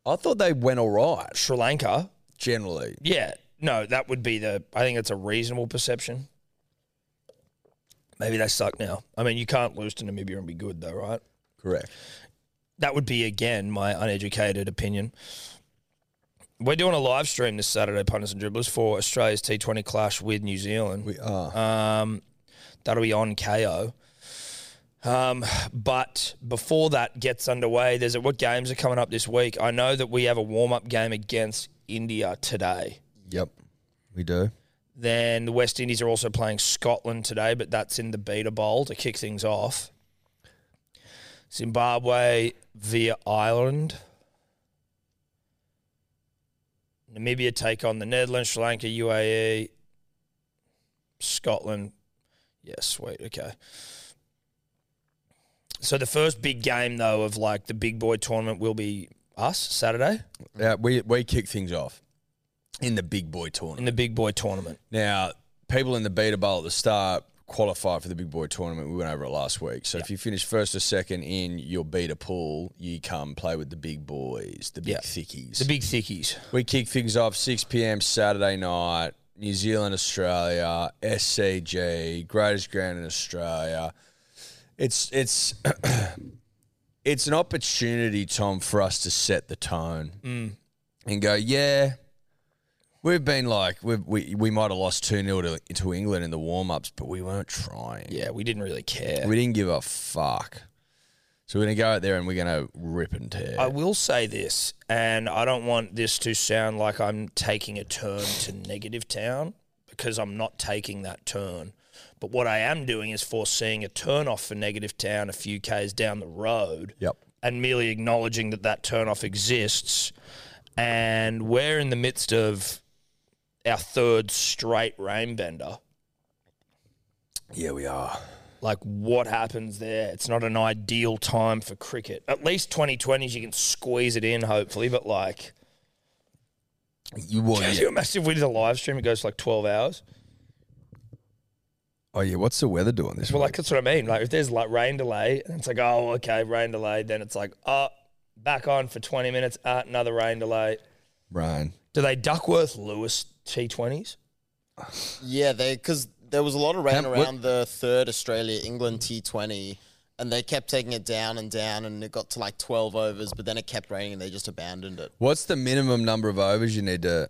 Speaker 3: I thought they went all right
Speaker 2: Sri Lanka,
Speaker 3: generally.
Speaker 2: yeah, no, that would be the. I think it's a reasonable perception. Maybe they suck now. I mean, you can't lose to Namibia and be good though, right?
Speaker 3: Correct.
Speaker 2: That would be again my uneducated opinion. We're doing a live stream this Saturday, punters and dribblers, for Australia's T20 clash with New Zealand.
Speaker 3: We uh, are.
Speaker 2: Um, that'll be on KO. Um, but before that gets underway, there's a, what games are coming up this week. I know that we have a warm up game against India today.
Speaker 3: yep. We do.
Speaker 2: Then the West Indies are also playing Scotland today, but that's in the Beta Bowl to kick things off. Zimbabwe via Ireland. Namibia take on the Netherlands, Sri Lanka, UAE, Scotland. Yes, sweet. Okay. So the first big game, though, of like the big boy tournament will be us Saturday
Speaker 3: Yeah, we, we kick things off in the big boy
Speaker 2: in
Speaker 3: tournament.
Speaker 2: the big boy tournament.
Speaker 3: Now, people in the beta bowl at the start qualify for the big boy tournament. We went over it last week. So if you finish first or second in your beta pool, you come play with the big boys, the big
Speaker 2: Yeah.
Speaker 3: thickies.
Speaker 2: The big thickies.
Speaker 3: We kick things off 6 p.m. Saturday night. New Zealand, Australia, SCG, greatest ground in Australia. It's it's [clears throat] it's an opportunity, Tom, for us to set the tone
Speaker 2: Mm.
Speaker 3: and go, yeah, we've been like we've, we we might have lost two 0 to, to England in the warm ups, but we weren't trying.
Speaker 2: Yeah, we didn't really care.
Speaker 3: We didn't give a fuck. So we're gonna go out there and we're gonna rip and tear.
Speaker 2: I will say this, and I don't want this to sound like I'm taking a turn to negative town because I'm not taking that turn. But what I am doing is foreseeing a turn off for negative town a few Ks down the road
Speaker 3: yep.
Speaker 2: and merely acknowledging that that turn off exists. And we're in the midst of our third straight rain bender.
Speaker 3: Yeah, we are.
Speaker 2: like what happens there. It's not an ideal time for cricket. At least 2020s, you can squeeze it in, hopefully. But like,
Speaker 3: You were.
Speaker 2: can you imagine if we did a live stream? It goes for like 12 hours.
Speaker 3: Oh yeah, what's the weather doing this
Speaker 2: Well,
Speaker 3: week?
Speaker 2: like that's what I mean. Like if there's like rain delay, and it's like oh okay, rain delay. Then it's like oh, back on for 20 minutes. Ah, another rain delay.
Speaker 3: Brian?
Speaker 2: Do they Duckworth Lewis T20s?
Speaker 4: Yeah, they because there was a lot of rain
Speaker 3: Cam- what-
Speaker 4: around the third Australia England T20, and they kept taking it down and down, and it got to like 12 overs, but then it kept raining, and they just abandoned it.
Speaker 3: What's the minimum number of overs you need to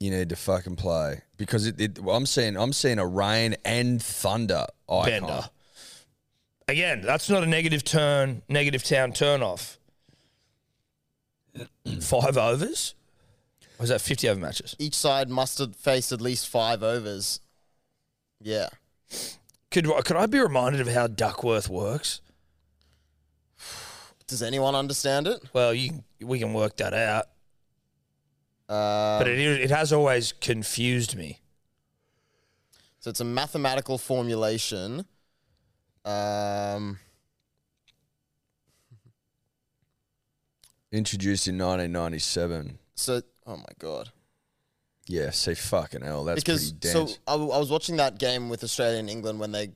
Speaker 3: you need to fucking play? Because it, it I'm seeing I'm seeing a rain and thunder icon.
Speaker 2: Bender. Again, that's not a negative turn, negative town turn off. Five overs? Or is that 50 over matches?
Speaker 4: Each side must have faced at least five overs. Yeah,
Speaker 2: Could, could I be reminded of how Duckworth works?
Speaker 4: does anyone understand it?
Speaker 2: Well, you, we can work that out.
Speaker 4: Uh,
Speaker 2: But it, it has always confused me.
Speaker 4: So it's a mathematical formulation. Um,
Speaker 3: Introduced in 1997.
Speaker 4: so, oh my god.
Speaker 3: Yeah, see, fucking hell, that's
Speaker 4: because
Speaker 3: pretty
Speaker 4: so
Speaker 3: dense.
Speaker 4: I, w- I was watching that game with Australia and England when they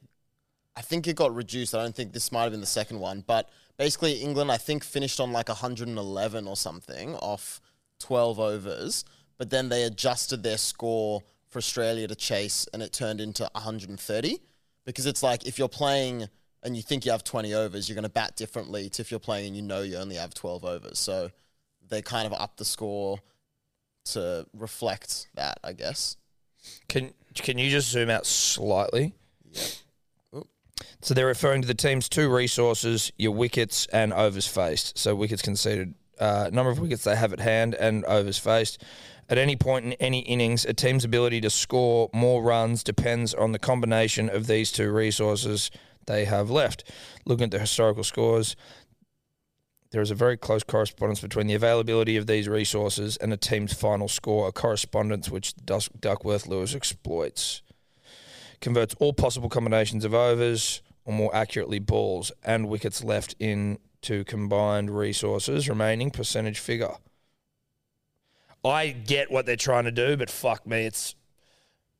Speaker 4: I think it got reduced. I don't think this might have been the second one, but basically England I think finished on like 111 or something off 12 overs, but then they adjusted their score for Australia to chase and it turned into 130 because it's like if you're playing and you think you have 20 overs, you're going to bat differently to if you're playing and you know you only have 12 overs. So they kind of upped the score to reflect that, I guess.
Speaker 2: Can can you just zoom out slightly? So they're referring to the team's two resources: your wickets and overs faced. So wickets conceded, uh, number of wickets they have at hand, and overs faced. At any point in any innings, a team's ability to score more runs depends on the combination of these two resources they have left. Looking at the historical scores, there is a very close correspondence between the availability of these resources and a team's final score, a correspondence which Dus- Duckworth Lewis exploits. Converts all possible combinations of overs, or more accurately, balls and wickets left into combined resources, remaining percentage figure. I get what they're trying to do, but fuck me, it's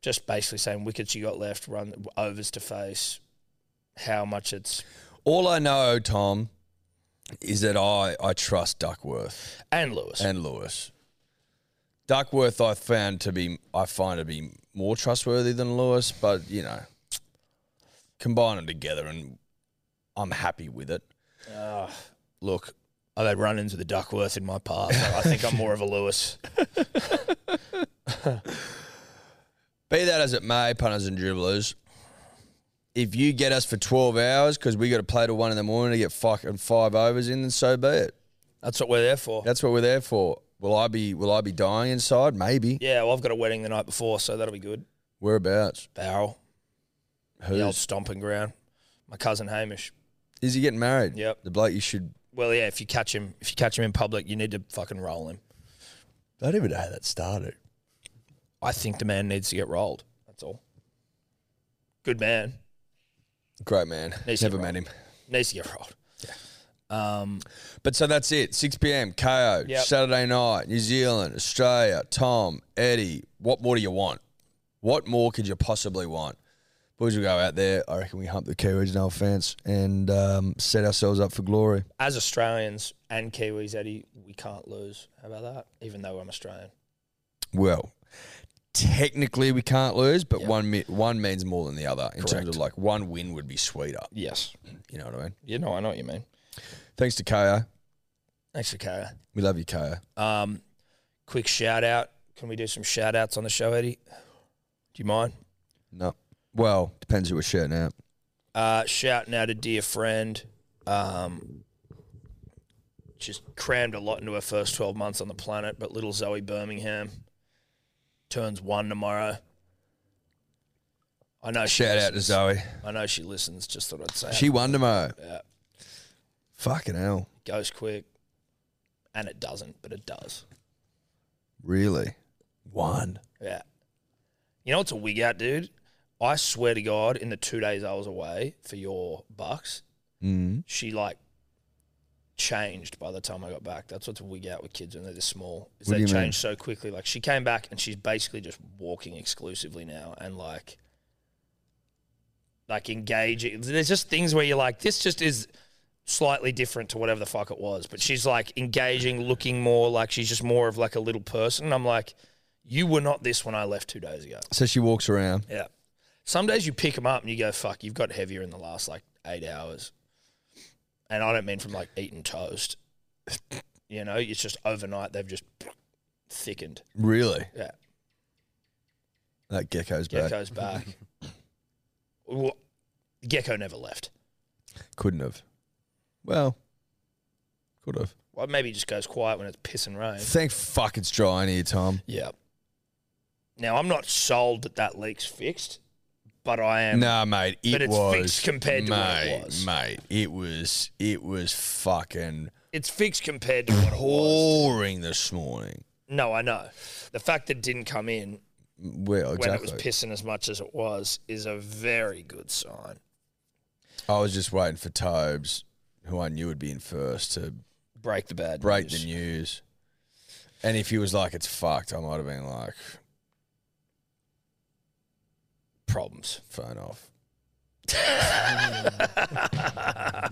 Speaker 2: just basically saying wickets you got left, run overs to face, how much it's
Speaker 3: All I know, Tom, is that I, I trust Duckworth
Speaker 2: and Lewis.
Speaker 3: and Lewis. Duckworth, I found to be I find to be more trustworthy than Lewis, but you know, combine them together, and I'm happy with it.
Speaker 2: Ah. look, I've had run-ins with the Duckworth in my past. I think I'm more of a Lewis.
Speaker 3: Be that as it may, punters and dribblers, if you get us for 12 hours because we got to play till one in the morning to get fucking five overs in, then so be it.
Speaker 2: That's what we're there for.
Speaker 3: That's what we're there for. Will I be Will I be dying inside? Maybe.
Speaker 2: yeah, well, I've got a wedding the night before, so that'll be good.
Speaker 3: Whereabouts?
Speaker 2: Barrel,
Speaker 3: Who's
Speaker 2: the old stomping ground. My cousin Hamish.
Speaker 3: is he getting married?
Speaker 2: Yep.
Speaker 3: The bloke you should.
Speaker 2: Well, yeah, if you catch him, if you catch him in public, you need to fucking roll him.
Speaker 3: I don't even know how that started.
Speaker 2: I think the man needs to get rolled. That's all. Good man
Speaker 3: Great man.
Speaker 2: Needs to
Speaker 3: Never
Speaker 2: get
Speaker 3: met him.
Speaker 2: needs to get rolled. Um,
Speaker 3: But so that's it. 6 p.m. KO
Speaker 2: Yep.
Speaker 3: Saturday night. New Zealand, Australia. Tom, Eddie. What more do you want? What more could you possibly want? Boys will go out there. I reckon we hump the Kiwis, no offense, and um, set ourselves up for glory.
Speaker 2: as Australians and Kiwis, Eddie, we can't lose. How about that? Even though I'm Australian.
Speaker 3: Well, technically we can't lose, but
Speaker 2: Yep.
Speaker 3: one me- one means more than the other in
Speaker 2: Correct.
Speaker 3: terms of like one win would be sweeter.
Speaker 2: Yes.
Speaker 3: You know what I mean?
Speaker 2: You know, I know what you mean.
Speaker 3: Thanks to KO.
Speaker 2: Thanks for Kara.
Speaker 3: We love you, KO.
Speaker 2: Um, quick shout out. Can we do some shout outs on the show, Eddie? Do you mind?
Speaker 3: No. Well, depends who we're shouting out.
Speaker 2: Uh, shouting out a dear friend. Um, just crammed a lot into her first 12 months on the planet, but little Zoe Birmingham turns one tomorrow. I know. she
Speaker 3: Shout out to
Speaker 2: listens.
Speaker 3: Zoe.
Speaker 2: I know she listens. Just thought I'd say.
Speaker 3: She
Speaker 2: it.
Speaker 3: won tomorrow.
Speaker 2: Yeah,
Speaker 3: Fucking hell.
Speaker 2: goes quick, and it doesn't, but it does.
Speaker 3: Really? One.
Speaker 2: Yeah. You know what's a wig out, dude? I swear to God, in the two days I was away for your bucks,
Speaker 3: Mm.
Speaker 2: she like changed by the time I got back. That's what's a wig out with kids when they're this small. Is
Speaker 3: What do
Speaker 2: they
Speaker 3: you mean?
Speaker 2: change so quickly. Like she came back and she's basically just walking exclusively now and like like engaging. There's just things where you're like, this just is slightly different to whatever the fuck it was. But she's like engaging, looking more like she's just more of like a little person. And I'm like, you were not this when I left two days ago.
Speaker 3: So she walks around.
Speaker 2: Yeah. Some days you pick them up and you go, fuck, you've got heavier in the last like eight hours. And I don't mean from like eating toast. [laughs] You know, it's just overnight they've just thickened.
Speaker 3: Really?
Speaker 2: Yeah.
Speaker 3: That gecko's back.
Speaker 2: Gecko's back. well, Gecko never left.
Speaker 3: Couldn't have. Well, could have.
Speaker 2: Well, maybe he just goes quiet when it's pissing rain.
Speaker 3: Thank fuck it's dry in here, Tom.
Speaker 2: Yeah. Now, I'm not sold that that leak's fixed, but I am.
Speaker 3: Nah, mate, it
Speaker 2: But it's
Speaker 3: was
Speaker 2: fixed compared to
Speaker 3: mate,
Speaker 2: what it was.
Speaker 3: Mate, it was it was fucking
Speaker 2: It's fixed compared to what it was.
Speaker 3: pouring this morning.
Speaker 2: No, I know. The fact that it didn't come in
Speaker 3: Well,
Speaker 2: when it
Speaker 3: exactly.
Speaker 2: was pissing as much as it was is a very good sign.
Speaker 3: I was just waiting for Tobes, who I knew would be in first, to
Speaker 2: Break the bad
Speaker 3: break
Speaker 2: news.
Speaker 3: the news. And if he was like, "It's fucked," I might have been like,
Speaker 2: problems.
Speaker 3: [laughs]
Speaker 2: [laughs]
Speaker 3: "Phone off."
Speaker 4: [laughs]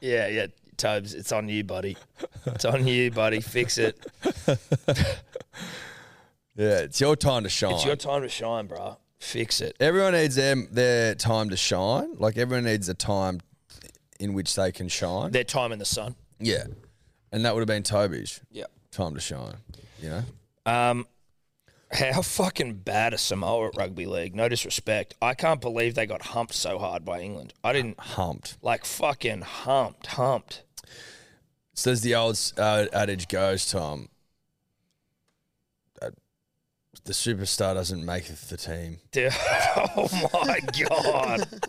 Speaker 2: Yeah, yeah, Tobes, it's on you, buddy. It's on you, buddy. Fix
Speaker 3: [laughs]
Speaker 2: it.
Speaker 3: Yeah, it's your time to shine.
Speaker 2: It's your time to shine, bro. Fix it.
Speaker 3: everyone needs their, their time to shine. Like everyone needs a time in which they can shine.
Speaker 2: Their time in the sun.
Speaker 3: yeah, and that would have been Toby's
Speaker 2: Yeah.
Speaker 3: time to shine. You know,
Speaker 2: Um, how fucking bad is Samoa at rugby league? No disrespect. I can't believe they got humped so hard by England. I didn't
Speaker 3: humped.
Speaker 2: like fucking humped, humped.
Speaker 3: So as the old uh, adage goes, Tom, uh, the superstar doesn't make the team.
Speaker 2: Dude, [laughs] oh my god.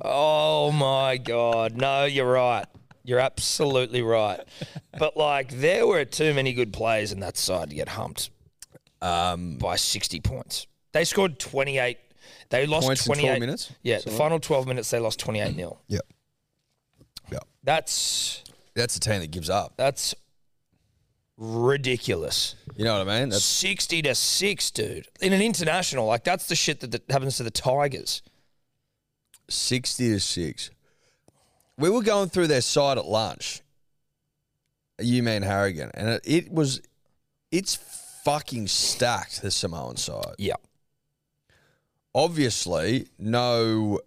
Speaker 2: Oh my god. No, you're right. You're absolutely right. But like there were too many good players in that side to get humped
Speaker 3: Um,
Speaker 2: by 60 points. They scored 28. They lost
Speaker 3: Points in 12
Speaker 2: 28
Speaker 3: minutes?
Speaker 2: Yeah, the final 12 minutes they lost 28 nil.
Speaker 3: yep. Yep.
Speaker 2: That's
Speaker 3: That's a team that gives up.
Speaker 2: that's ridiculous.
Speaker 3: You know what I mean? That's
Speaker 2: 60 to 6, dude. In an international, like that's the shit that, that happens to the Tigers.
Speaker 3: 60 to 6. We were going through their side at lunch. You mean Harrigan. And it, it was, it's fucking stacked, the Samoan side.
Speaker 2: Yeah.
Speaker 3: Obviously, no,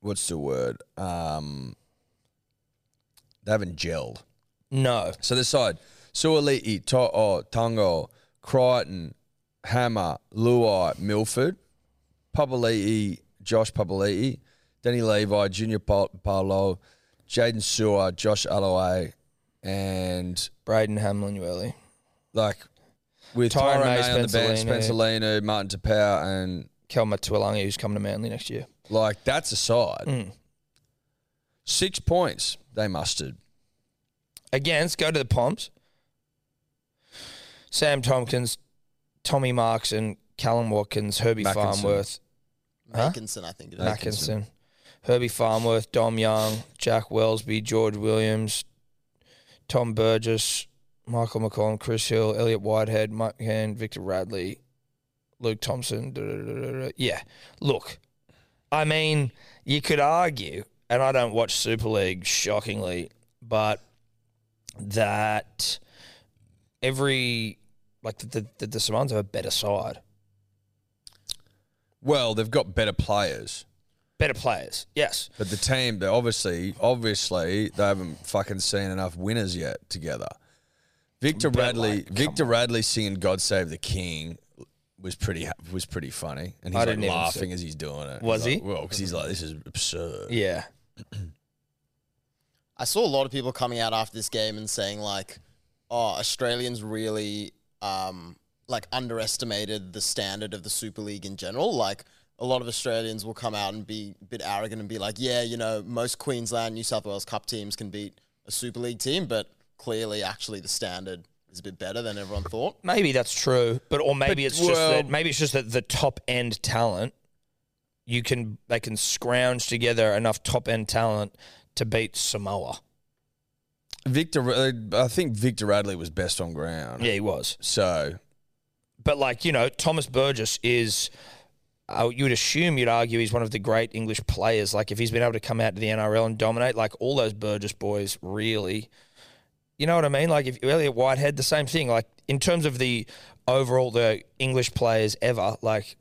Speaker 3: what's the word? Um, they haven't gelled.
Speaker 2: No.
Speaker 3: So this side, Suoli'i, To'o, Tongo, Crichton, Hammer, Luai, Milford, Papali'i, Josh Papali'i, Denny Levi, Junior Pa- Paolo, Jaden Sewer, Josh Alloway, and
Speaker 2: Braden Hamlin, early.
Speaker 3: like with
Speaker 2: Tyrone
Speaker 3: Tyrone
Speaker 2: Mays,
Speaker 3: May on the bench,
Speaker 2: Spencelino.
Speaker 3: Spencelino, Martin Tapau, and
Speaker 2: Kelma Tuolangi, who's coming to Manly next year.
Speaker 3: like that's a side. Six points they mustered.
Speaker 2: Again, let's go to the Poms. Sam Tompkins, Tommy Marks, and Callum Watkins, Herbie
Speaker 3: Mackinson.
Speaker 2: Farmworth, Huh?
Speaker 4: Mackinson, I think it is.
Speaker 2: Mackinson, Herbie Farmworth, Dom Young, Jack Wellsby, George Williams, Tom Burgess, Michael McCollum, Chris Hill, Elliot Whitehead, Mike Hand, Victor Radley, Luke Thompson. da, da, da, da, da. Yeah, look, I mean, you could argue, and I don't watch Super League, shockingly, but that every like the the, the, the Samoans have a better side,
Speaker 3: Well, they've got better players.
Speaker 2: better players. Yes,
Speaker 3: But the team, they obviously, obviously, they haven't fucking seen enough winners yet together. Victor
Speaker 2: But,
Speaker 3: Radley,
Speaker 2: like, come
Speaker 3: Victor Radley singing "God Save the King" was pretty ha- was pretty funny, and
Speaker 2: I
Speaker 3: he's like
Speaker 2: didn't even
Speaker 3: laughing as he's doing it.
Speaker 2: Was
Speaker 3: He's like,
Speaker 2: he?
Speaker 3: well, because he's like, "This is absurd."
Speaker 2: yeah.
Speaker 4: I saw a lot of people coming out after this game and saying like, "Oh, Australians really um, like underestimated the standard of the Super League in general." Like a lot of Australians will come out and be a bit arrogant and be like, "Yeah, you know, most Queensland, New South Wales Cup teams can beat a Super League team, but clearly, actually, the standard is a bit better than everyone thought."
Speaker 2: Maybe that's true, but or maybe it's just
Speaker 3: well-
Speaker 2: that maybe it's just that the top end talent you can they can scrounge together enough top end talent to beat Samoa.
Speaker 3: Victor, Ra- I think Victor Radley was best on ground.
Speaker 2: Yeah, he was.
Speaker 3: So
Speaker 2: But like you know, Thomas Burgess is. Uh, you would assume you'd argue he's one of the great English players. Like if he's been able to come out to the NRL and dominate, like all those Burgess boys, really. You know what I mean? Like if Elliot Whitehead, the same thing. Like in terms of the overall, the English players ever, like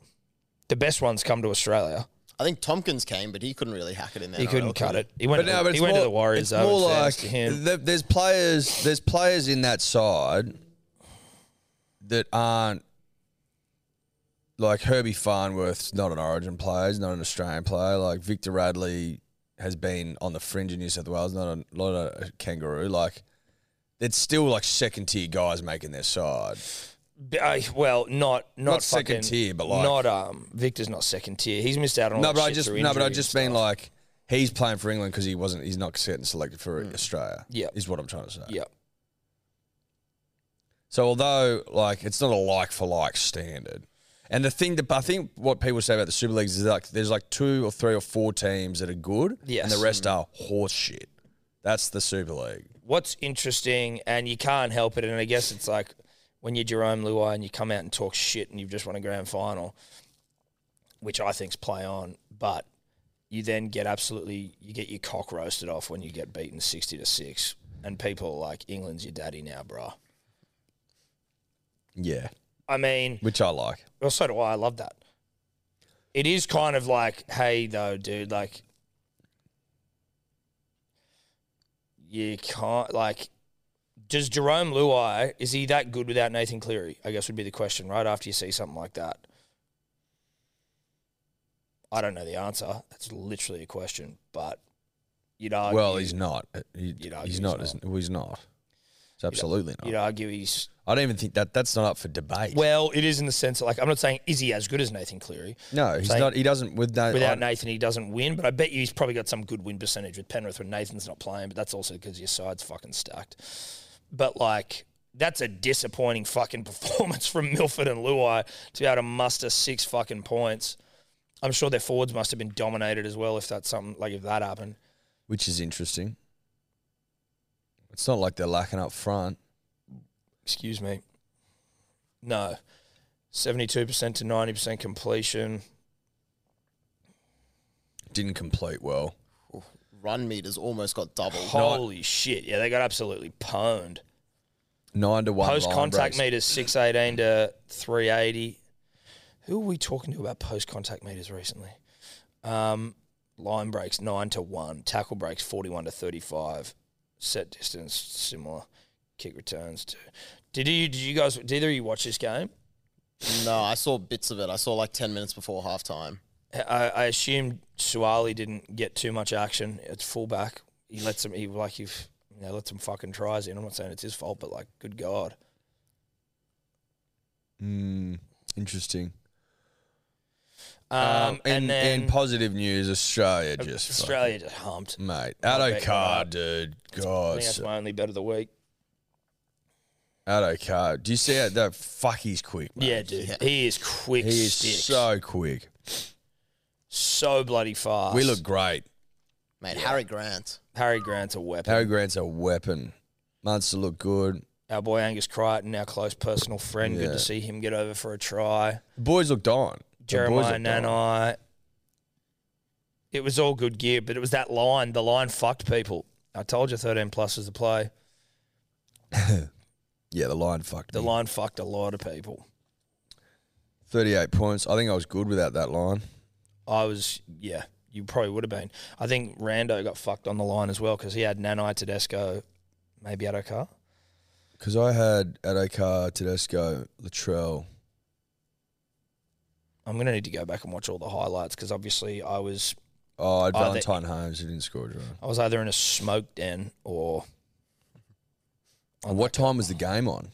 Speaker 2: the best ones come to Australia.
Speaker 4: I think Tompkins came, but he couldn't really hack it in there.
Speaker 2: He couldn't cut it. He went.
Speaker 3: But no,
Speaker 2: to,
Speaker 3: but
Speaker 2: he
Speaker 3: it's
Speaker 2: went
Speaker 3: more,
Speaker 2: to the Warriors.
Speaker 3: It's
Speaker 2: though, in
Speaker 3: more like
Speaker 2: fairness to him.
Speaker 3: th- there's players. There's players in that side that aren't like Herbie Farnworth's not an Origin player. He's not an Australian player. Like Victor Radley has been on the fringe in New South Wales. Not a lot of kangaroo. Like it's still like second tier guys making their side.
Speaker 2: B- uh, well, not not,
Speaker 3: Not second
Speaker 2: fucking-
Speaker 3: tier, but like-
Speaker 2: not um. Victor's not second tier. He's missed out on all
Speaker 3: No,
Speaker 2: that
Speaker 3: but I
Speaker 2: shit
Speaker 3: just
Speaker 2: through
Speaker 3: no, but
Speaker 2: injury
Speaker 3: I
Speaker 2: and
Speaker 3: just mean
Speaker 2: stuff.
Speaker 3: like he's playing for England because he wasn't. He's not getting selected for
Speaker 2: Mm.
Speaker 3: Australia.
Speaker 2: Yep.
Speaker 3: is what I'm trying to say.
Speaker 2: yeah.
Speaker 3: So although like it's not a like for like standard, and the thing that I think what people say about the Super Leagues is like there's like two or three or four teams that are good, and
Speaker 2: Yes. Mm.
Speaker 3: the rest are horse shit. That's the Super League.
Speaker 2: what's interesting, and you can't help it. And I guess it's like when you're Jerome Luai and you come out and talk shit and you've just won a grand final, which I think's play on. But you then get absolutely you get your cock roasted off when you get beaten sixty to six, and people are like England's your daddy now, bro.
Speaker 3: Yeah,
Speaker 2: I mean,
Speaker 3: which I like.
Speaker 2: well, so do I. I love that. It is kind of like, hey, though, dude, like, you can't, like, does Jerome Luai, is he that good without Nathan Cleary? I guess would be the question right after you see something like that. I don't know the answer. That's literally a question, but you'd argue.
Speaker 3: well, he's not. He,
Speaker 2: You'd argue
Speaker 3: he's not.
Speaker 2: he's
Speaker 3: isn't- well, He's not. It's absolutely
Speaker 2: You'd
Speaker 3: not.
Speaker 2: argue he's
Speaker 3: I don't even think that that's not up for debate.
Speaker 2: well. It is in the sense that, like, I'm not saying is he as good as Nathan Cleary,
Speaker 3: no, he's
Speaker 2: saying-
Speaker 3: not. He doesn't. With no,
Speaker 2: Without
Speaker 3: I,
Speaker 2: Nathan, he doesn't win, but I bet you he's probably got some good win percentage with Penrith when Nathan's not playing, but that's also because your side's fucking stacked. But, like, that's a disappointing fucking [laughs] performance from Milford and Luai to be able to muster six fucking points. I'm sure their forwards must have been dominated as well if that's something, like, if that happened.
Speaker 3: which is interesting. It's not like they're lacking up front.
Speaker 2: Excuse me. No. 72% to 90% completion.
Speaker 3: Didn't complete well.
Speaker 4: Run meters almost got doubled.
Speaker 2: Holy shit. Yeah, they got absolutely pwned.
Speaker 3: Nine to one.
Speaker 2: Post
Speaker 3: line
Speaker 2: contact
Speaker 3: breaks.
Speaker 2: meters six eighteen to three eighty. Who are we talking to about post contact meters recently? Um, line breaks nine to one, tackle breaks forty one to thirty five, set distance similar, kick returns to. Did you did you guys did either of you watch this game?
Speaker 4: No, I saw bits of it. I saw like 10 minutes before halftime.
Speaker 2: I, I assume Suwali didn't get too much action at fullback. He lets him. He like he you know, lets him fucking tries in. I'm not saying it's his fault, but like, good god.
Speaker 3: Mm, interesting.
Speaker 2: Um, and,
Speaker 3: in,
Speaker 2: then
Speaker 3: in positive news, Australia just
Speaker 2: Australia just humped.
Speaker 3: fucking- mate.
Speaker 2: I'll
Speaker 3: Addo
Speaker 2: bet
Speaker 3: Carr,
Speaker 2: not.
Speaker 3: dude.
Speaker 2: I
Speaker 3: God,
Speaker 2: think that's my only bet of the week.
Speaker 3: Addo Carr. Do you see how that? Fuck, he's quick. Mate.
Speaker 2: Yeah, dude. He is quick
Speaker 3: he is
Speaker 2: sticks. So,
Speaker 3: so quick.
Speaker 2: bloody fast.
Speaker 3: We look great.
Speaker 4: Mate, Harry Grant.
Speaker 2: Harry Grant's a weapon.
Speaker 3: Harry Grant's a weapon. Munster look good.
Speaker 2: Our boy Angus Crichton, our close personal friend. Good
Speaker 3: Yeah.
Speaker 2: to see him get over for a try.
Speaker 3: The boys looked on. The boys
Speaker 2: Jeremiah
Speaker 3: looked on.
Speaker 2: Nanai. It was all good gear, but it was that line. The line fucked people. I told you 13 plus was the play.
Speaker 3: [laughs] Yeah, the line fucked.
Speaker 2: The
Speaker 3: me.
Speaker 2: line fucked a lot of people.
Speaker 3: Thirty-eight points. I think I was good without that line.
Speaker 2: I was, yeah, you probably would have been. I think Rando got fucked on the line as well because he had Nanai, Tedesco, maybe Adokar.
Speaker 3: Because I had Adokar, Tedesco, Latrell.
Speaker 2: I'm going to need to go back and watch all the highlights because obviously I was
Speaker 3: Oh, I had
Speaker 2: Oh, the-
Speaker 3: Valentine Holmes who didn't score a try.
Speaker 2: I was either in a smoke den or
Speaker 3: And what time was the game on?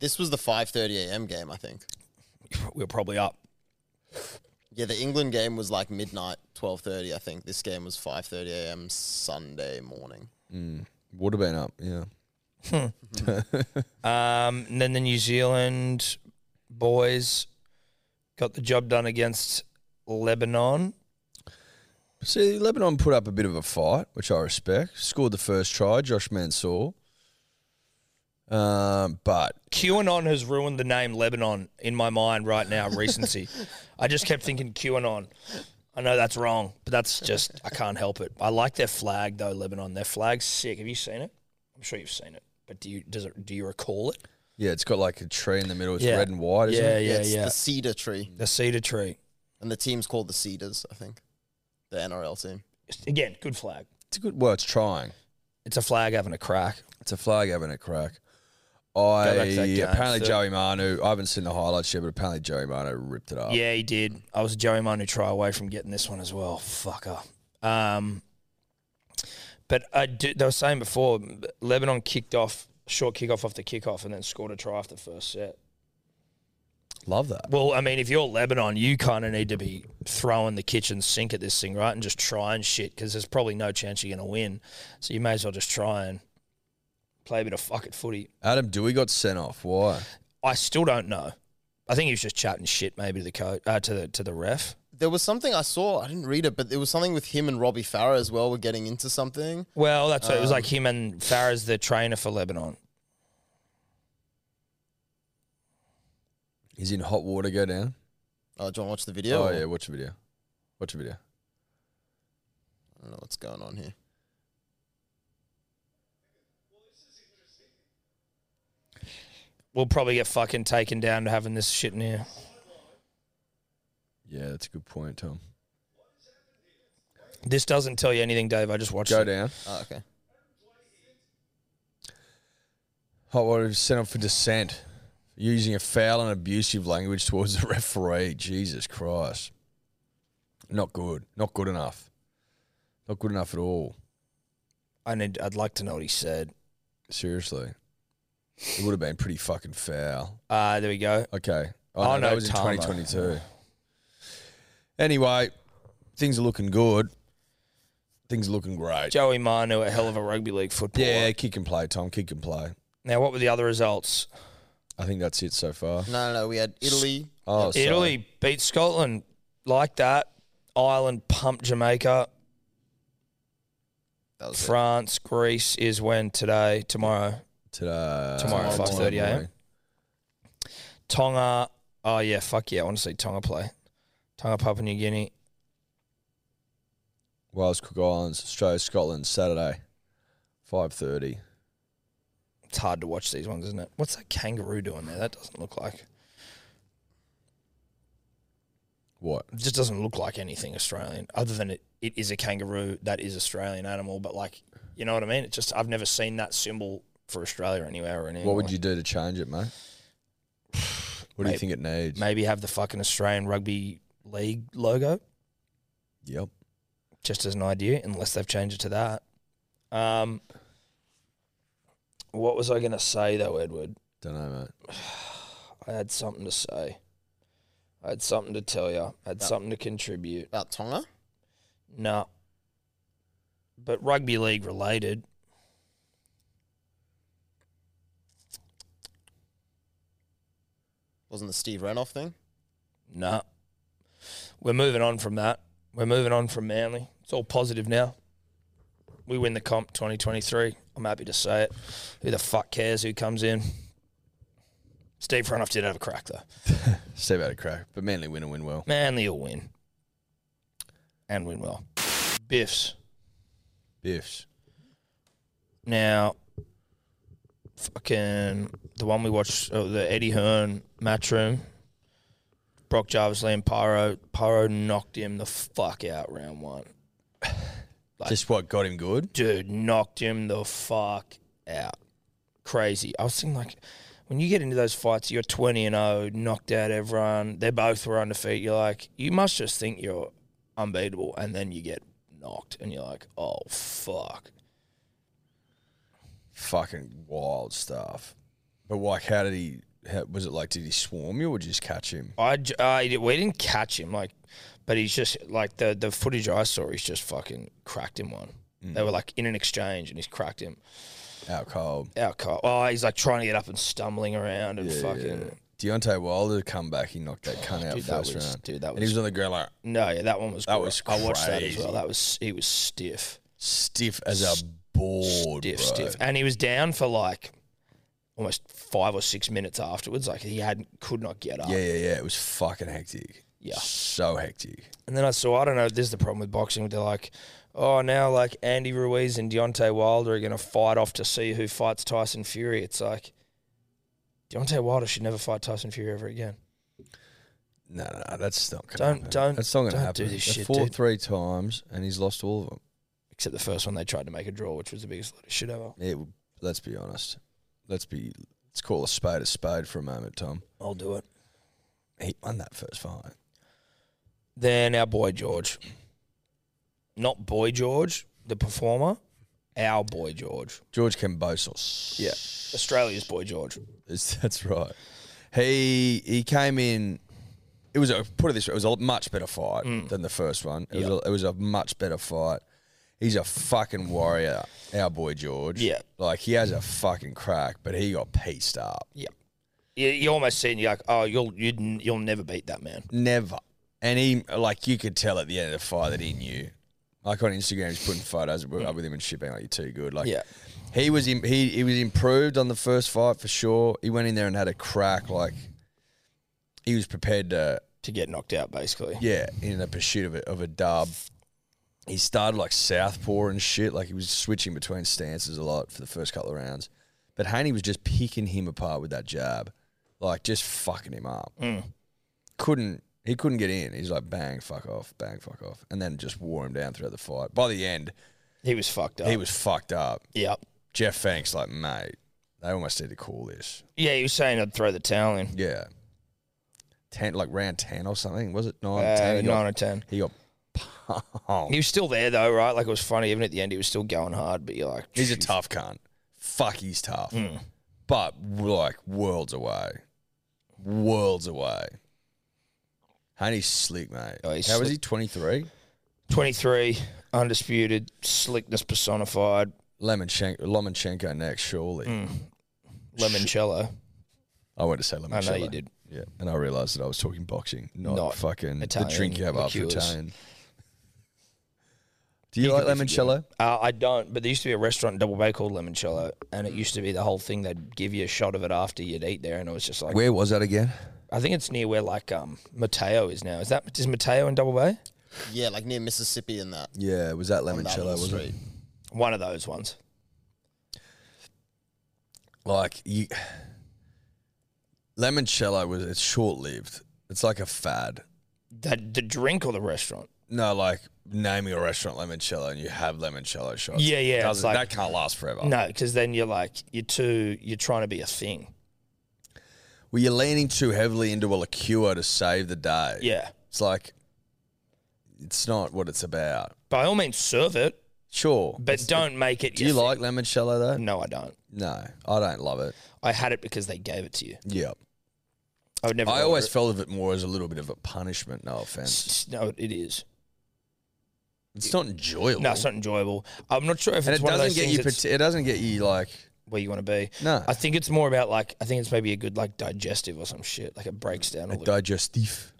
Speaker 4: This was the 5:30 a.m. game, I think.
Speaker 2: we were probably up.
Speaker 4: Yeah, the England game was like midnight, 12:30, I think. This game was 5:30 a.m. Sunday morning.
Speaker 3: Mm, Would have been up. Yeah. [laughs]
Speaker 2: Hmm. Um, and then the New Zealand boys got the job done against Lebanon.
Speaker 3: See, Lebanon put up a bit of a fight, which I respect. Scored the first try, Josh Mansour. Um, but
Speaker 2: QAnon has ruined the name Lebanon in my mind right now. Recency, I just kept thinking QAnon. I know that's wrong, but that's just I can't help it. I like their flag though, Lebanon. Their flag's sick. Have you seen it? I'm sure you've seen it, but do you does it, do you recall it?
Speaker 3: yeah, it's got like a tree in the middle. It's
Speaker 2: Yeah.
Speaker 3: red and white, isn't
Speaker 2: yeah,
Speaker 3: it?
Speaker 2: yeah,
Speaker 4: it's
Speaker 2: yeah.
Speaker 4: the cedar tree.
Speaker 2: the cedar tree.
Speaker 4: And the team's called the Cedars, I think. The NRL team.
Speaker 2: Again, good flag.
Speaker 3: It's a good. Well, it's trying.
Speaker 2: It's a flag having a crack.
Speaker 3: It's a flag having a crack.
Speaker 2: back to that
Speaker 3: I
Speaker 2: game,
Speaker 3: apparently
Speaker 2: so-
Speaker 3: Joey Manu. I haven't seen the highlights yet, but apparently Joey Manu ripped it up.
Speaker 2: Yeah, he did. I was a Joey Manu try away from getting this one as well. Fucker. Um, but I do, they were saying before, Lebanon kicked off, short kickoff off the kickoff, and then scored a try off the first set.
Speaker 3: Love that.
Speaker 2: Well, I mean, if you're Lebanon, you kind of need to be throwing the kitchen sink at this thing, right? And just trying shit because there's probably no chance you're going to win. So you may as well just try and play a bit of fuck it footy.
Speaker 3: Adam Dewey got sent off. Why?
Speaker 2: I still don't know. I think he was just chatting shit maybe to the coach, uh, to the to the ref.
Speaker 4: There was something I saw, I didn't read it, but there was something with him and Robbie Farah as well were getting into something.
Speaker 2: Well, that's what, it was like
Speaker 3: Um,
Speaker 2: him and Farah's the trainer for Lebanon.
Speaker 3: He's in hot water. Go down.
Speaker 4: Oh, do you want to watch the video?
Speaker 3: Oh yeah, Oh, watch the video. Watch a video.
Speaker 4: I don't know what's going on here.
Speaker 2: We'll probably get fucking taken down to having this shit in here.
Speaker 3: Yeah, that's a good point, Tom.
Speaker 2: This doesn't tell you anything, Dave. I just watched
Speaker 3: Go
Speaker 2: it.
Speaker 3: down.
Speaker 4: Oh, okay.
Speaker 3: Hot water sent up for dissent, using a foul and abusive language towards the referee. Jesus Christ. Not good. Not good enough. Not good enough at all.
Speaker 2: I need. I'd like to know what he said.
Speaker 3: Seriously. It would have been pretty fucking foul.
Speaker 2: Uh, there we go.
Speaker 3: Okay.
Speaker 2: Oh,
Speaker 3: Oh, no,
Speaker 2: no,
Speaker 3: that was
Speaker 2: Tama.
Speaker 3: in 2022. Anyway, things are looking good. Things are looking great.
Speaker 2: Joey Manu, a hell of a rugby league footballer.
Speaker 3: Yeah, kick and play, Tom. Kick and play.
Speaker 2: Now, what were the other results?
Speaker 3: I think that's it so far.
Speaker 4: No, no, no. We had Italy.
Speaker 3: Oh, sorry.
Speaker 2: Italy beat Scotland like that. Ireland pumped Jamaica.
Speaker 4: That was it.
Speaker 2: France, Greece is when today, tomorrow.
Speaker 3: Today.
Speaker 2: Tomorrow, 5:30
Speaker 3: tomorrow.
Speaker 2: a.m. Tonga. Oh yeah, fuck yeah. I want to see Tonga play. Tonga, Papua New Guinea.
Speaker 3: Wales, Cook Islands, Australia, Scotland, Saturday, five thirty.
Speaker 2: It's hard to watch these ones, isn't it? What's that kangaroo doing there? That doesn't look like.
Speaker 3: What?
Speaker 2: It just doesn't look like anything Australian, other than it, it is a kangaroo that is Australian animal. But like, you know what I mean? It just I've never seen that symbol for Australia anywhere or anywhere.
Speaker 3: What would you do to change it, mate? What do
Speaker 2: Maybe-
Speaker 3: you think it needs?
Speaker 2: Maybe have the fucking Australian Rugby League logo,
Speaker 3: Yep.
Speaker 2: just as an idea, unless they've changed it to that. Um, what was I gonna say though, Edward?
Speaker 3: Don't know, mate.
Speaker 2: I had something to say. I had something to tell you. I had
Speaker 4: Yeah.
Speaker 2: something to contribute.
Speaker 4: About Tonga.
Speaker 2: No. But rugby league related.
Speaker 4: Wasn't the Steve Renoff thing?
Speaker 2: No. We're moving on from that. We're moving on from Manly. It's all positive now. We win the comp 2023. I'm happy to say it. Who the fuck cares who comes in? Steve Runoff did have a crack, though.
Speaker 3: Steve had a crack, but Manly win and win well.
Speaker 2: Manly will win. And win well. Biffs.
Speaker 3: Biffs.
Speaker 2: Now, fucking the one we watched, oh, the Eddie Hearn matchroom. Brock Jarvis, Liam Pyro. Pyro knocked him the fuck out round one. Like-
Speaker 3: Just what got him good.
Speaker 2: Dude, knocked him the fuck out. Crazy. I was thinking, like, when you get into those fights, you're 20 and 0, knocked out everyone. They both were undefeated. You're like, you must just think you're unbeatable. And then you get knocked, and you're like, oh, fuck.
Speaker 3: Fucking wild stuff. But like, how did he? How, was it like? Did he swarm you or just catch him?
Speaker 2: I j- uh, we didn't catch him like, but he's just like the the footage I saw. He's just fucking cracked him one.
Speaker 3: Mm.
Speaker 2: They were like in an exchange, and he's cracked him
Speaker 3: Out cold.
Speaker 2: out cold. Oh, he's like trying to get up and stumbling around and fucking.
Speaker 3: Deontay Wilder come back. He knocked that cunt out
Speaker 2: Dude, that
Speaker 3: first
Speaker 2: was-
Speaker 3: round.
Speaker 2: dude, that
Speaker 3: and he
Speaker 2: was-
Speaker 3: was on the ground like
Speaker 2: No, yeah, that one was. That
Speaker 3: was
Speaker 2: I watched that as well.
Speaker 3: crazy.
Speaker 2: That was he was stiff,
Speaker 3: stiff as a board,
Speaker 2: stiff,
Speaker 3: bro.
Speaker 2: stiff, and he was down for like almost five or six minutes afterwards. Like he had could not get up.
Speaker 3: Yeah, yeah, yeah. It was fucking hectic.
Speaker 2: Yeah.
Speaker 3: So hectic.
Speaker 2: And then I saw, I don't know, this is the problem with boxing. They're like, oh, now like Andy Ruiz and Deontay Wilder are going to fight off to see who fights Tyson Fury. It's like, Deontay Wilder should never fight Tyson Fury ever again.
Speaker 3: No, no, no that's not gonna
Speaker 2: Don't-
Speaker 3: happen.
Speaker 2: don't-
Speaker 3: that's not gonna
Speaker 2: don't
Speaker 3: happen.
Speaker 2: do this
Speaker 3: They
Speaker 2: shit,
Speaker 3: fought
Speaker 2: dude.
Speaker 3: three times and he's lost all of them.
Speaker 2: Except the first one they tried to make a draw, which was the biggest load of shit ever.
Speaker 3: Yeah, well, let's be honest. Let's be let's call a spade a spade for a moment, Tom.
Speaker 2: I'll do it.
Speaker 3: He won that first fight.
Speaker 2: Then our boy George. Not boy George, the performer, our boy George.
Speaker 3: George Cambosos. [laughs]
Speaker 2: Yeah. Australia's boy George.
Speaker 3: Is- That's right. He he came in. It was a put it this way. It was a much better fight
Speaker 2: Mm.
Speaker 3: than the first one. It, was a, it was a much better fight. He's a fucking warrior, our boy George.
Speaker 2: Yeah.
Speaker 3: like he has a fucking crack, but he got pieced up.
Speaker 2: Yeah. You, you almost seen, you're like, oh, you'll, you'd, n- you'll never beat that man.
Speaker 3: Never. And he like you could tell at the end of the fight that he knew. Like on Instagram, he's putting photos up with him and shit, being like, "You're too good." Like,
Speaker 2: Yeah.
Speaker 3: he was im he he was improved on the first fight for sure. He went in there and had a crack. Like, he was prepared to
Speaker 2: to get knocked out, basically.
Speaker 3: Yeah, in the pursuit of a, of a dub. He started like southpaw and shit. Like he was switching between stances a lot for the first couple of rounds. But Haney was just picking him apart with that jab, like just fucking him up.
Speaker 2: Mm.
Speaker 3: Couldn't he couldn't get in. He's like bang, fuck off, bang, fuck off, and then just wore him down throughout the fight. By the end,
Speaker 2: He was fucked up.
Speaker 3: he was fucked up.
Speaker 2: Yep.
Speaker 3: Jeff Fank's like, mate, they almost need to call this.
Speaker 2: Yeah, he was saying I'd throw the towel in.
Speaker 3: Yeah, ten like round ten or something was it nine?
Speaker 2: Uh,
Speaker 3: 10? He
Speaker 2: nine
Speaker 3: got-
Speaker 2: or ten.
Speaker 3: He got [laughs] pumped.
Speaker 2: He was still there though, right? Like it was funny. Even at the end, he was still going hard. But you're like,
Speaker 3: He's a
Speaker 2: "Jeez." Mm.
Speaker 3: tough cunt. Fuck, he's tough. But like worlds away, worlds away. Honey's slick, mate.
Speaker 2: Oh, he's
Speaker 3: How was
Speaker 2: slick.
Speaker 3: he? Twenty three.
Speaker 2: 23, undisputed, slickness personified,
Speaker 3: Lemonchenko, Lomachenko next, surely.
Speaker 2: limoncello.
Speaker 3: I went to say
Speaker 2: Mm. I
Speaker 3: Lemonchenko.
Speaker 2: know you did.
Speaker 3: Yeah, and I realised that I was talking boxing, not,
Speaker 2: Not
Speaker 3: fucking the
Speaker 2: Italian
Speaker 3: drink you have after
Speaker 2: liqueurs.
Speaker 3: Italian. Do you, like limoncello?
Speaker 2: Uh, I don't, but there used to be a restaurant in Double Bay called Limoncello, and it used to be the whole thing. They'd give you a shot of it after you'd eat there, and it was just like,
Speaker 3: Where was that again?
Speaker 2: I think it's near where like um Mateo is now. Is that is Mateo in Double Bay?
Speaker 4: Yeah, like near Mississippi and that.
Speaker 3: Yeah, was that
Speaker 4: on that
Speaker 3: limoncello?
Speaker 4: little
Speaker 3: Was it?
Speaker 4: street.
Speaker 2: One of those ones.
Speaker 3: like you limoncello was it's short lived it's like a fad
Speaker 2: The, the drink or the restaurant?
Speaker 3: no like naming a restaurant limoncello and you have limoncello shots
Speaker 2: Yeah, yeah, it's
Speaker 3: Doesn't-
Speaker 2: like-
Speaker 3: that can't last forever
Speaker 2: No, because then you're like you're too you're trying to be a thing.
Speaker 3: well you're leaning too heavily into a liqueur to save the day
Speaker 2: Yeah.
Speaker 3: it's like it's not what it's about
Speaker 2: By all means, serve it,
Speaker 3: sure
Speaker 2: but don't make it.
Speaker 3: do
Speaker 2: your
Speaker 3: you like limoncello though
Speaker 2: thing. No, I don't.
Speaker 3: no i don't love it
Speaker 2: I had it because they gave it to you.
Speaker 3: yeah
Speaker 2: I would never.
Speaker 3: i
Speaker 2: order
Speaker 3: always
Speaker 2: it.
Speaker 3: felt of it more as a little bit of a punishment no
Speaker 2: S-
Speaker 3: offense
Speaker 2: s- no, it is.
Speaker 3: it's not enjoyable
Speaker 2: No, it's not enjoyable. I'm not sure if
Speaker 3: and
Speaker 2: it's
Speaker 3: it
Speaker 2: one of
Speaker 3: doesn't
Speaker 2: those
Speaker 3: get
Speaker 2: things
Speaker 3: you
Speaker 2: that's
Speaker 3: parti- it doesn't get you like
Speaker 2: where you want to be.
Speaker 3: no
Speaker 2: I think it's more about like I think it's maybe a good like digestive or some shit. Like it breaks down all
Speaker 3: A
Speaker 2: the
Speaker 3: digestif.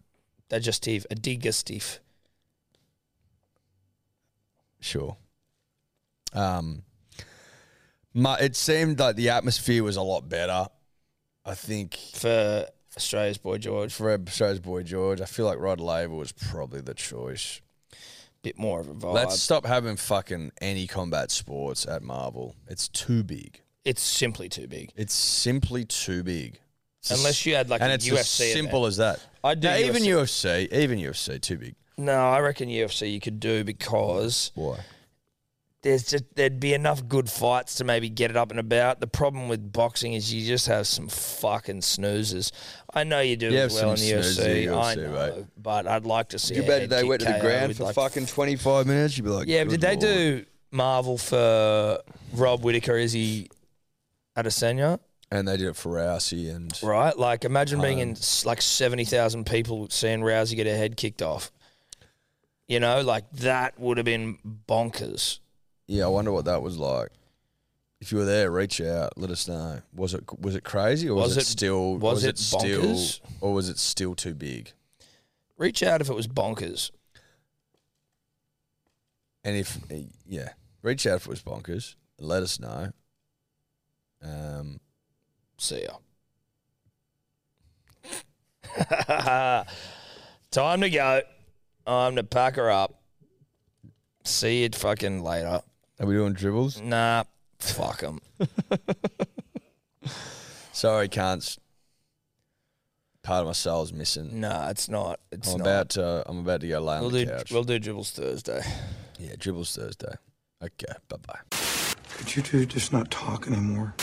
Speaker 2: digestive, a digestive.
Speaker 3: Sure. Um, my, it seemed like the atmosphere was a lot better. I think
Speaker 2: for Australia's boy George.
Speaker 3: for Australia's boy George, I feel like Rod Laver was probably the choice.
Speaker 2: bit more of a vibe.
Speaker 3: Let's stop having fucking any combat sports at Marvel. It's too big.
Speaker 2: it's simply too big.
Speaker 3: It's simply too big. It's as-
Speaker 2: Unless you had like
Speaker 3: and
Speaker 2: a
Speaker 3: it's
Speaker 2: UFC.
Speaker 3: as
Speaker 2: event.
Speaker 3: simple as that.
Speaker 2: I'd do
Speaker 3: Now, even
Speaker 2: UFC.
Speaker 3: UFC, even UFC, too big.
Speaker 2: No, I reckon UFC you could do because
Speaker 3: Why?
Speaker 2: there's just there'd be enough good fights to maybe get it up and about. The problem with boxing is you just have some fucking snoozers. I know you do
Speaker 3: You
Speaker 2: as
Speaker 3: have
Speaker 2: well in
Speaker 3: some
Speaker 2: the UFC.
Speaker 3: snoozy
Speaker 2: I
Speaker 3: UFC,
Speaker 2: know,
Speaker 3: mate.
Speaker 2: but I'd like to see.
Speaker 3: You
Speaker 2: a
Speaker 3: bet
Speaker 2: head
Speaker 3: they
Speaker 2: kick
Speaker 3: went to the
Speaker 2: KO
Speaker 3: ground
Speaker 2: with,
Speaker 3: for
Speaker 2: like,
Speaker 3: fucking twenty five minutes. You'd be like,
Speaker 2: Yeah, but did
Speaker 3: "Good
Speaker 2: they
Speaker 3: lord."
Speaker 2: do Marvel for Rob Whitaker? Is he Adesanya?
Speaker 3: And they did it for Rousey and
Speaker 2: Right? Like, imagine being
Speaker 3: Um,
Speaker 2: in s- like 70,000 people seeing Rousey get her head kicked off. You know, like that would have been bonkers.
Speaker 3: Yeah, I wonder what that was like. If you were there, reach out, let us know. Was it was it crazy or was,
Speaker 2: Was
Speaker 3: it,
Speaker 2: it-
Speaker 3: still
Speaker 2: was it bonkers?
Speaker 3: still or was it still too big?
Speaker 2: Reach out if it was bonkers.
Speaker 3: And if eh, yeah, reach out if it was bonkers. and Let us know. Um,
Speaker 2: See ya. [laughs] Time to go. I'm to pack her up. See you fucking later.
Speaker 3: are we doing dribbles?
Speaker 2: Nah, fuck 'em.
Speaker 3: Sorry, cunts. Part of my soul's missing.
Speaker 2: Nah, it's not. It's
Speaker 3: I'm
Speaker 2: not.
Speaker 3: about to. I'm about to go lay on
Speaker 2: we'll
Speaker 3: the
Speaker 2: do
Speaker 3: couch.
Speaker 2: we'll do dribbles Thursday.
Speaker 3: yeah, dribbles Thursday. Okay, bye bye.
Speaker 5: Could you two just not talk anymore?